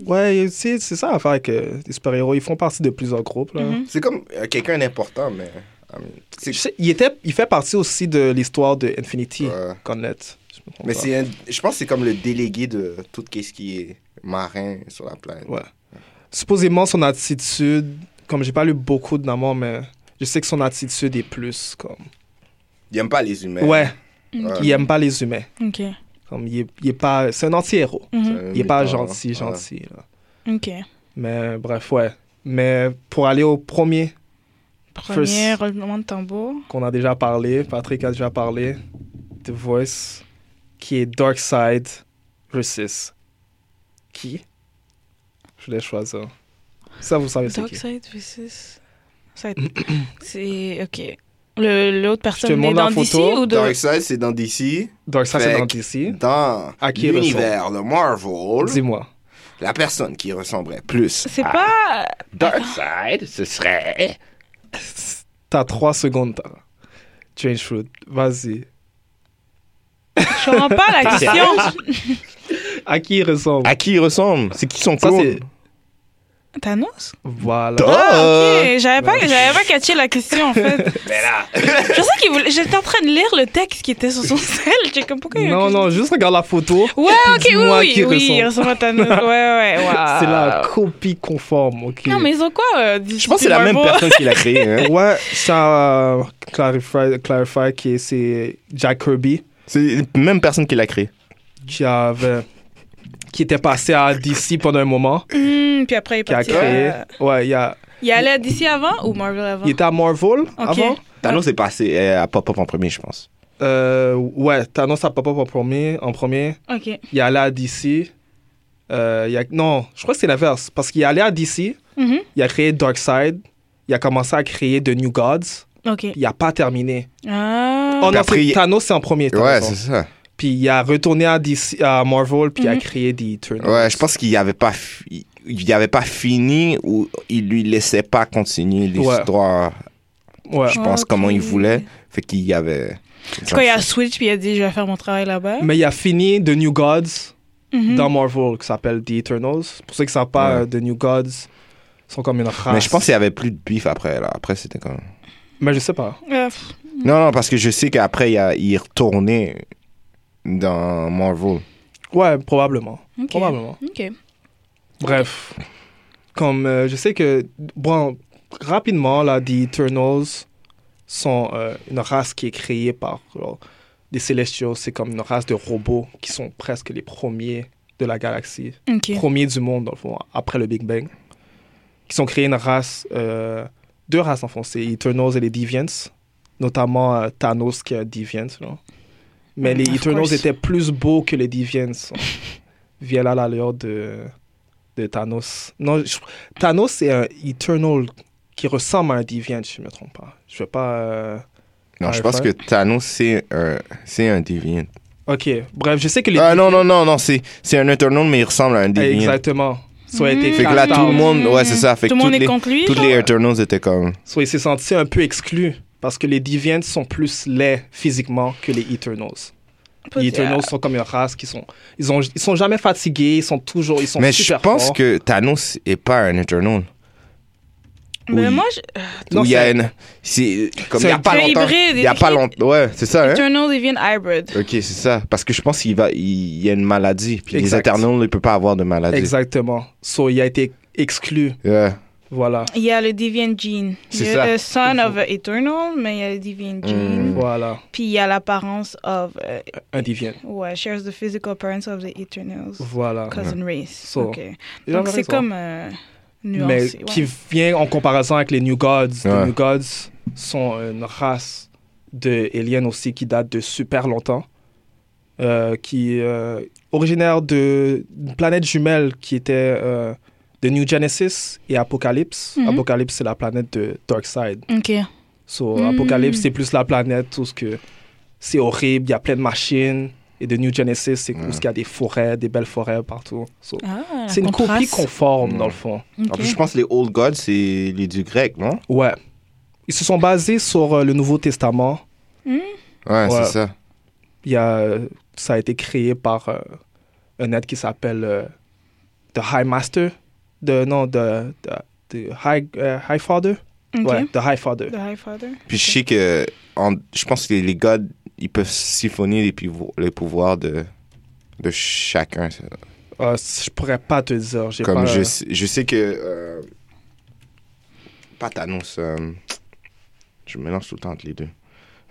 C: ouais, et c'est c'est ça l'affaire avec euh, les super-héros. Ils font partie de plusieurs groupes. Là.
E: Mhm.
D: C'est comme euh, quelqu'un d'important, mais. I mean, c'est-
C: Je sais, il, était, il fait partie aussi de l'histoire de Infinity,
D: Ouais.
C: Connect. Je me trompe
D: euh, Mais
C: pas.
D: c'est un- je pense que c'est comme le délégué de tout ce qui est marin sur la planète.
C: Ouais. Supposément, son attitude, comme j'ai pas lu beaucoup de Namor, mais je sais que son attitude est plus comme.
D: Il aime pas les humains. Ah,
C: Ouais,
D: Ben, Ouais.
C: il aime pas les humains.
E: Ok.
C: Comme il est, il est pas, c'est un anti-héros.
E: Mhm.
D: Euh,
C: Il est pas
D: mais-
C: gentil,
D: voilà.
C: gentil. là.
E: Ok.
C: Mais bref, ouais. Mais pour aller au premier
E: Premier
C: First.
E: roulement de tambour.
C: qu'on a déjà parlé, Patrick a déjà parlé, The Voice, qui est Dark Side versus qui Je voulais choisir. Ça, vous savez c'est qui
E: Darkseid versus. Ça va être- C'est. Ok. Le- L'autre personne
C: montre
E: est dans
C: la
E: DC
C: photo.
E: ou de.
D: Darkseid, Ah. c'est dans DC.
C: Dark Side, c'est
D: Fait
C: dans
D: que-
C: DC.
D: Dans
C: À qui
D: l'univers de Marvel,
C: Dis-moi.
D: la personne qui ressemblerait plus
E: C'est
C: Ah.
D: à
E: pas.
D: Darkseid, ce serait...
C: T'as trois secondes. t'as- Change food. Vas-y.
E: Je comprends pas la question.
C: À qui il ressemble
D: À qui il ressemble C'est qui son
C: Ça,
D: clone
C: c'est.
E: Thanos
C: Voilà.
D: Dark-
E: Ah,
D: Ah.
E: ok. J'avais pas, j'avais pas catché la question en fait.
D: Mais Ben là,
E: Je pensais qu'il voulait. J'étais en train de lire le texte qui était sur son sel. J'ai comme pourquoi il y a
C: Non,
E: une-
C: non, juste regarde la photo.
E: Ouais, ok, oui,
C: Dis-moi
E: oui,
C: qui
E: oui, il
C: ressemble.
E: ressemble à Thanos. Ouais, ouais, waouh.
C: C'est la copie conforme, ok.
E: Non, mais ils ont quoi euh, DC
D: je pense que c'est la même
E: Marvel?
D: personne qui l'a créé. hein.
C: Ouais, ça euh, clarifie, clarifie que c'est Jack Kirby
D: C'est la même personne qui l'a créé.
C: qui avait qui était passé à DC pendant un moment,
E: Hmm, puis après, il est
C: qui a
E: parti.
C: créé.
E: à-
C: Ouais, il, a-
E: Il allait à DC avant ou Marvel avant
C: il était à Marvel avant.
D: Thanos est passé euh, à Pop-Up en premier, je pense.
C: Euh, ouais, Thanos à Papa en premier. En premier.
E: Ok.
C: il est allé à DC. Euh, il a- Non, je crois que c'est l'inverse. Parce qu'il est allé à DC,
E: Mhm.
C: il a créé Darkseid, il a commencé à créer The New Gods,
E: Ok.
C: il n'a pas terminé.
E: Ah.
C: Oh non,
D: après,
C: c'est-
D: il-
C: Thanos, c'est en premier. t'as
D: Ouais,
C: raison.
D: c'est ça.
C: Puis il a retourné à, DC, à Marvel, puis il a
E: Mhm.
C: créé The Eternals.
D: Ouais, je pense qu'il n'y avait pas fi- il y avait pas fini ou il lui laissait pas continuer l'histoire,
C: Ouais.
D: je pense,
E: Ok.
D: comment il voulait. Fait qu'il y avait...
E: C'est quoi, il a switch puis il a dit je vais faire mon travail là-bas.
C: Mais il a fini The New Gods
E: Mhm.
C: dans Marvel, qui s'appelle The Eternals. Pour ceux qui ne savent pas,
D: Ouais.
C: euh, The New Gods sont comme une race.
D: Mais je pense qu'il n'y avait plus de bif après, là. Après, c'était comme...
C: Mais je sais pas.
E: Euh, pff,
D: Non, non, parce que je sais qu'après, il, a- il est retourné dans Marvel.
C: Ouais, probablement.
E: ok.
C: Probablement.
E: Ok.
C: Bref, comme euh, je sais que, bon, rapidement, là, The Eternals sont euh, une race qui est créée par genre, les Celestials. C'est comme une race de robots qui sont presque les premiers de la galaxie,
E: Ok.
C: premiers du monde, dans le fond, après le Big Bang, qui sont créés une race, euh, deux races, en fond, c'est les Eternals et les Deviants, notamment euh, Thanos qui est un Deviant, là. Mais
E: Mm,
C: les
E: of
C: Eternals
E: course.
C: étaient plus beaux que les Deviants. Via là l'allure de, de Thanos. Non, je- Thanos, c'est un Eternal qui ressemble à un Deviant, si je ne me trompe pas. Je ne vais pas... euh,
D: Non,
C: Ah,
D: je pense
C: ouais.
D: que Thanos, c'est un, c'est un Deviant.
C: Ok, bref, je sais que les...
D: Ah non, non, non, non, c'est c'est un Eternal, mais il ressemble à un Deviant.
C: Exactement. Soit
E: Hmm.
C: été
D: Fait que là,
C: cast
D: tout le
C: out.
D: monde... Ouais, c'est ça. Fait que
E: Tout le monde
D: toutes
E: est
D: les-
E: contre lui.
D: Toutes
E: genre?
D: les Eternals étaient comme...
C: So, il s'est senti un peu exclu parce que les Deviants sont plus laids physiquement que les Eternals. Les Eternals sont comme une race qui sont ils ont ils sont jamais fatigués, ils sont toujours ils sont
D: Mais je
C: super
D: pense
C: forts.
D: que Thanos est pas un Eternal.
E: Mais
D: Oui.
E: moi, je...
C: Non,
D: Où il y a
C: c'est-
D: une. C'est comme il
C: C'est
D: y a
C: un
D: pas
E: hybride,
D: longtemps. Il y a
E: il-
D: pas longtemps. Ouais, c'est ça, hein?
E: Eternal Deviant Hybrid.
D: Ok, c'est ça. Parce que je pense qu'il va, il y a une maladie. Puis les
C: Exact.
D: Eternals ne peuvent pas avoir de maladie.
C: Exactement. So, il a été exclu.
D: Ouais.
C: Voilà.
E: Il y a le Deviant Gene.
D: C'est
E: Il y
D: ça.
E: a le Son of Eternal, mais il y a le Deviant Gene.
D: Mm.
C: Voilà.
E: Puis il y a l'apparence of... euh,
C: Un divin.
E: ouais, shares the physical appearance of the Eternals.
C: Voilà.
E: Cousin race.
C: So,
E: ok.
C: Il a
E: Donc c'est
C: raison.
E: comme euh,
C: Mais
E: nuancé. ouais.
C: qui vient en comparaison avec les New Gods.
D: Ouais.
C: Les New Gods sont une race de aliens aussi qui date de super longtemps. euh, qui euh, originaire de d'une planète jumelle qui était euh, de New Genesis et Apocalypse.
E: Mhm.
C: Apocalypse, c'est la planète de Darkseid.
E: Ok.
C: So,
E: Mm.
C: Apocalypse, c'est plus la planète, tout ce que c'est horrible, il y a plein de machines. Et de New Genesis, c'est où
D: Ouais.
C: il y a des forêts, des belles forêts partout. So,
E: Ah, la
C: c'est une copie
E: contraste.
C: conforme,
D: Mm.
C: dans le fond.
E: Ok.
D: En plus, je pense que les Old Gods, c'est les dieux grecs, non?
C: Ouais. Ils se sont basés sur euh, le Nouveau Testament.
D: Ouais,
C: Ouais.
D: c'est ça.
C: Il y a, euh, ça a été créé par euh, un être qui s'appelle euh, The High Master. De, non, de, de- de High, euh, High Father.
E: Ok.
C: Ouais, The High Father.
E: The High Father.
D: Puis je sais que en- je pense que les, les gods, ils peuvent siphonner les, pivo- les pouvoirs de, de chacun. ça.
C: Euh, je pourrais pas te dire. j'ai
D: Comme
C: pas-
D: je, sais- je sais que. euh, pas Thanos. euh, je mélange tout le temps entre les deux.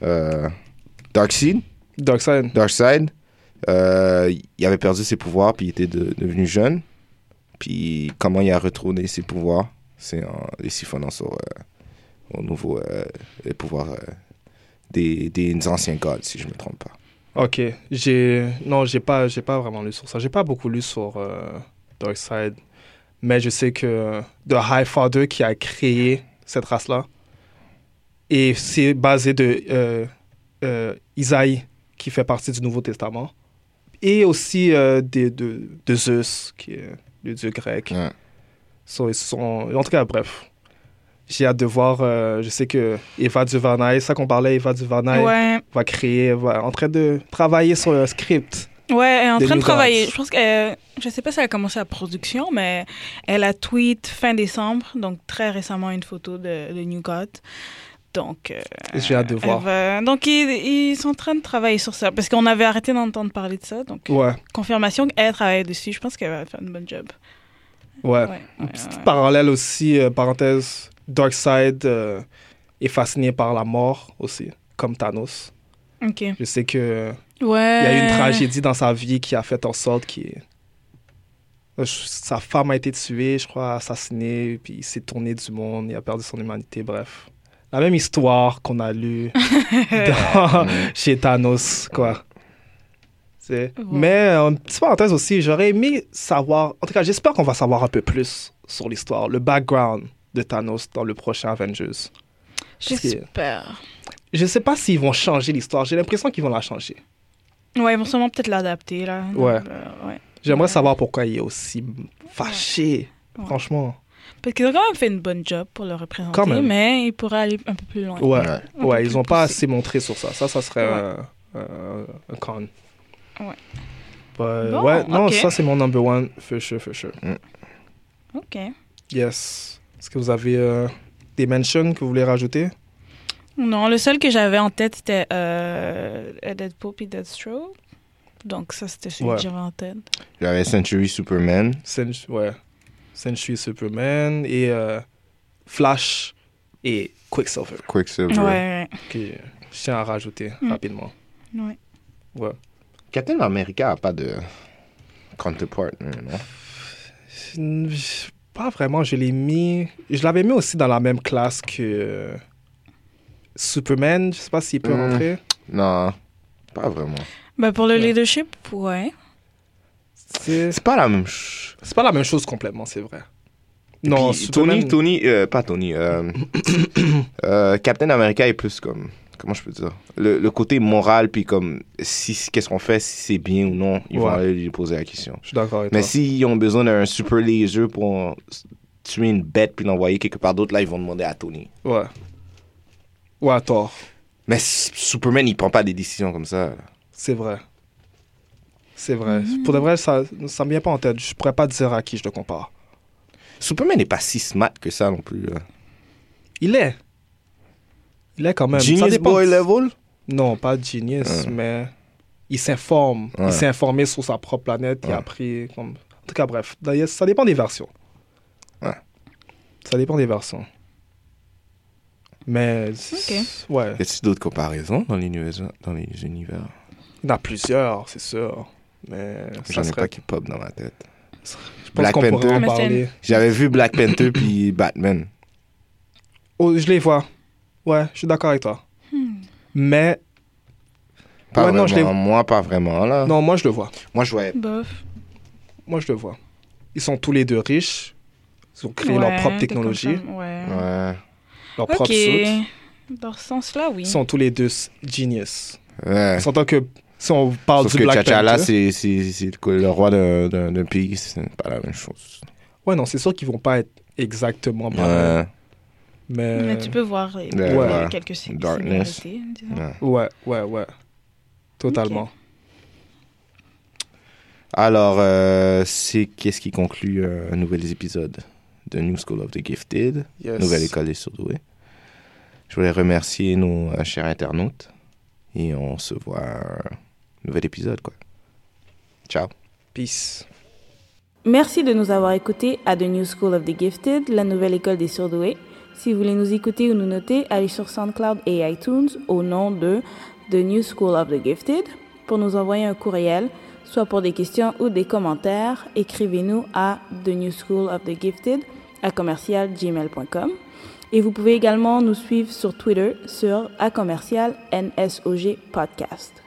D: Euh, Darkseid,
C: euh, Darkseid.
D: Darkseid, euh, il avait perdu ses pouvoirs, puis il était de- devenu jeune. Puis comment il a retrouvé ses pouvoirs C'est en les siphonnant sur, euh, au nouveau euh, les pouvoirs euh, des, des anciens gods, si je me trompe pas.
C: Ok, j'ai non, j'ai pas, j'ai pas vraiment lu sur ça. J'ai pas beaucoup lu sur euh, Darkseid, mais je sais que The High Father qui a créé cette race-là, et c'est basé de euh, euh, Isaïe qui fait partie du Nouveau Testament, et aussi euh, des- de, de Zeus qui est le dieu grec.
D: Ouais.
C: So, ils sont... En tout cas, bref. J'ai hâte de voir. euh, je sais que Eva DuVernay, ça qu'on parlait, Eva DuVernay
E: Ouais.
C: va créer, va, en train de travailler sur un script.
E: Ouais, elle est en
C: Des
E: train de
C: New
E: travailler.
C: Gods.
E: Je pense que euh, je sais pas si elle a commencé la production, mais elle a tweet fin décembre, donc très récemment une photo de, de New God. Donc, euh,
C: J'ai hâte de
E: elle
C: voir.
E: va- donc ils, ils sont en train de travailler sur ça parce qu'on avait arrêté d'entendre parler de ça. Donc
C: Ouais,
E: confirmation qu'elle travaille dessus. Je pense qu'elle va faire une bonne job.
C: ouais.
E: Ouais, ouais,
C: Euh, Petite
E: ouais.
C: parallèle aussi, euh, parenthèse, Darkseid euh, est fasciné par la mort aussi, comme Thanos.
E: Ok. Ouais.
C: Je sais euh, qu'il
E: Il
C: il y
E: y
C: a eu une tragédie dans sa vie qui a fait en sorte qu'il... euh, je- Sa femme a été tuée, je crois, assassinée, puis il s'est tourné du monde, il a perdu son humanité, bref. La même histoire qu'on a lue dans- chez Thanos, quoi. C'est-
E: Ouais.
C: Mais euh, une petite parenthèse aussi, j'aurais aimé savoir, en tout cas j'espère qu'on va savoir un peu plus sur l'histoire, le background de Thanos dans le prochain Avengers.
E: J'espère.
C: Je sais pas s'ils vont changer l'histoire, j'ai l'impression qu'ils vont la changer.
E: Ouais, ils vont sûrement peut-être l'adapter là. Donc,
C: Ouais.
E: euh, ouais.
C: J'aimerais
E: Ouais.
C: savoir pourquoi il est aussi fâché,
E: Ouais.
C: franchement.
E: Parce qu'ils ont quand même fait une bonne job pour le représenter,
C: Quand même.
E: mais ils pourraient aller un peu plus loin.
C: Ouais,
D: Ouais.
C: ouais.
E: Un peu
C: ils
E: plus
C: ont pas
E: poussé.
C: assez montré sur ça. Ça, ça serait
E: Ouais.
C: un- un- un con.
E: Ouais.
C: Bah,
E: Bon,
C: ouais, non,
E: ok.
C: ça c'est mon number one, for sure, for sure.
E: Ok.
C: Yes. Est-ce que vous avez euh, des mentions que vous voulez rajouter?
E: Non, le seul que j'avais en tête, c'était euh, Deadpool puis Deathstroke. Donc ça, c'était celui
C: Ouais.
E: que j'avais en tête.
D: J'avais Century Superman.
C: Sen- ouais. Sensui Superman et euh, Flash et Quicksilver
D: Quicksilver.
E: Ouais,
C: que je tiens à rajouter
E: Mm.
C: rapidement.
E: ouais, ouais.
C: Ouais.
D: Captain America a pas de counterpart, non?
C: Mm, Pas vraiment, je l'ai mis. Je l'avais mis aussi dans la même classe que euh, Superman. Je sais pas s'il peut
D: Mm.
C: rentrer.
D: Non, pas vraiment.
E: Ben, pour le
C: Ouais.
E: leadership, ouais.
C: C'est
D: C'est pas la même chose.
C: c'est pas la même chose complètement, c'est vrai.
D: Et
C: Non,
D: puis,
C: Superman-
D: Tony, Tony, euh, pas Tony. euh, euh, Captain America est plus comme, comment je peux dire, le, le côté moral puis comme si qu'est-ce qu'on fait, si c'est bien ou non, ils vont
C: Ouais.
D: aller lui poser la question.
C: Je suis d'accord avec
D: Mais
C: toi.
D: s'ils ont besoin d'un super léger pour tuer une bête puis l'envoyer quelque part d'autre, là ils vont demander à Tony.
C: Ouais. Ou à tort,
D: Mais S- Superman il prend pas des décisions comme ça. là.
C: c'est vrai. C'est vrai. Pour de vrai, ça, ça me vient pas en tête. Je pourrais pas dire à qui je le compare.
D: Superman n'est pas si smart que ça non plus. là.
C: Il est. Il est quand même. Ça
D: Genius
C: dépend.
D: Boy level?
C: Non, pas genius,
D: Ah.
C: mais il s'informe.
D: Ouais.
C: Il s'est informé sur sa propre planète. Il a
D: Ouais.
C: appris. Comme... En tout cas, bref. D'ailleurs, ça dépend des versions.
D: Ouais.
C: Ça dépend des versions. Mais. Ouais.
D: Y a-t-il d'autres comparaisons dans l'univers? Dans les univers?
C: Il y en a plusieurs, c'est sûr. Mais.
D: J'en
C: Ça
D: ai
C: serait...
D: pas qui pop dans ma tête.
C: Je pense
D: Black
C: qu'on pourrait
D: Panther.
C: en
G: Ah, Mais c'est-
C: parler.
D: J'avais vu Black Panther puis Batman.
C: Oh, je les vois. Ouais, je suis d'accord avec toi.
G: Hmm.
C: Mais.
D: Pas
C: Ouais, non,
D: vraiment.
C: je les-
D: Moi, pas vraiment, là.
C: Non, moi, je le vois.
D: Moi, je voyais.
G: Bof.
C: Moi, je le vois. Ils sont tous les deux riches. Ils ont créé leur
G: Ouais,
C: propre
G: t'es comme
C: technologie,
G: ça, Ouais.
D: Ouais.
C: leur propre soute.
G: Ok. Dans ce sens-là, oui.
C: Ils sont tous les deux s- genius.
D: Ouais.
C: En tant que si on parle
D: Hein? Sauf
C: du
D: que
C: Black
D: T'Challa,
C: Panther,
D: c'est c'est- c'est le- le roi d'un- d'un d'un pays, c'est pas la même chose.
C: ouais non, c'est sûr qu'ils vont pas être exactement pareils.
D: Ouais.
C: Mais...
G: Mais tu peux voir les,
D: Ouais.
G: les
C: euh, Ouais.
G: quelques sig-
D: Darkness.
G: similarités, disons.
D: Ouais.
C: ouais, ouais, ouais, totalement.
D: Alors, euh, c'est qu'est-ce qui conclut euh, un nouvel épisode de New School of the Gifted,
C: Yes.
D: Nouvelle École des Surdoués. Je voulais remercier nos euh, chers internautes et on se voit à un nouvel épisode, quoi. Ciao.
C: Peace.
E: Merci de nous avoir écoutés à The New School of the Gifted, la nouvelle école des surdoués. Si vous voulez nous écouter ou nous noter, allez sur SoundCloud et iTunes au nom de The New School of the Gifted pour nous envoyer un courriel, soit pour des questions ou des commentaires. Écrivez-nous à The New School of the Gifted à commercialgmail.com. Et vous pouvez également nous suivre sur Twitter sur à commercial NSOG Podcast.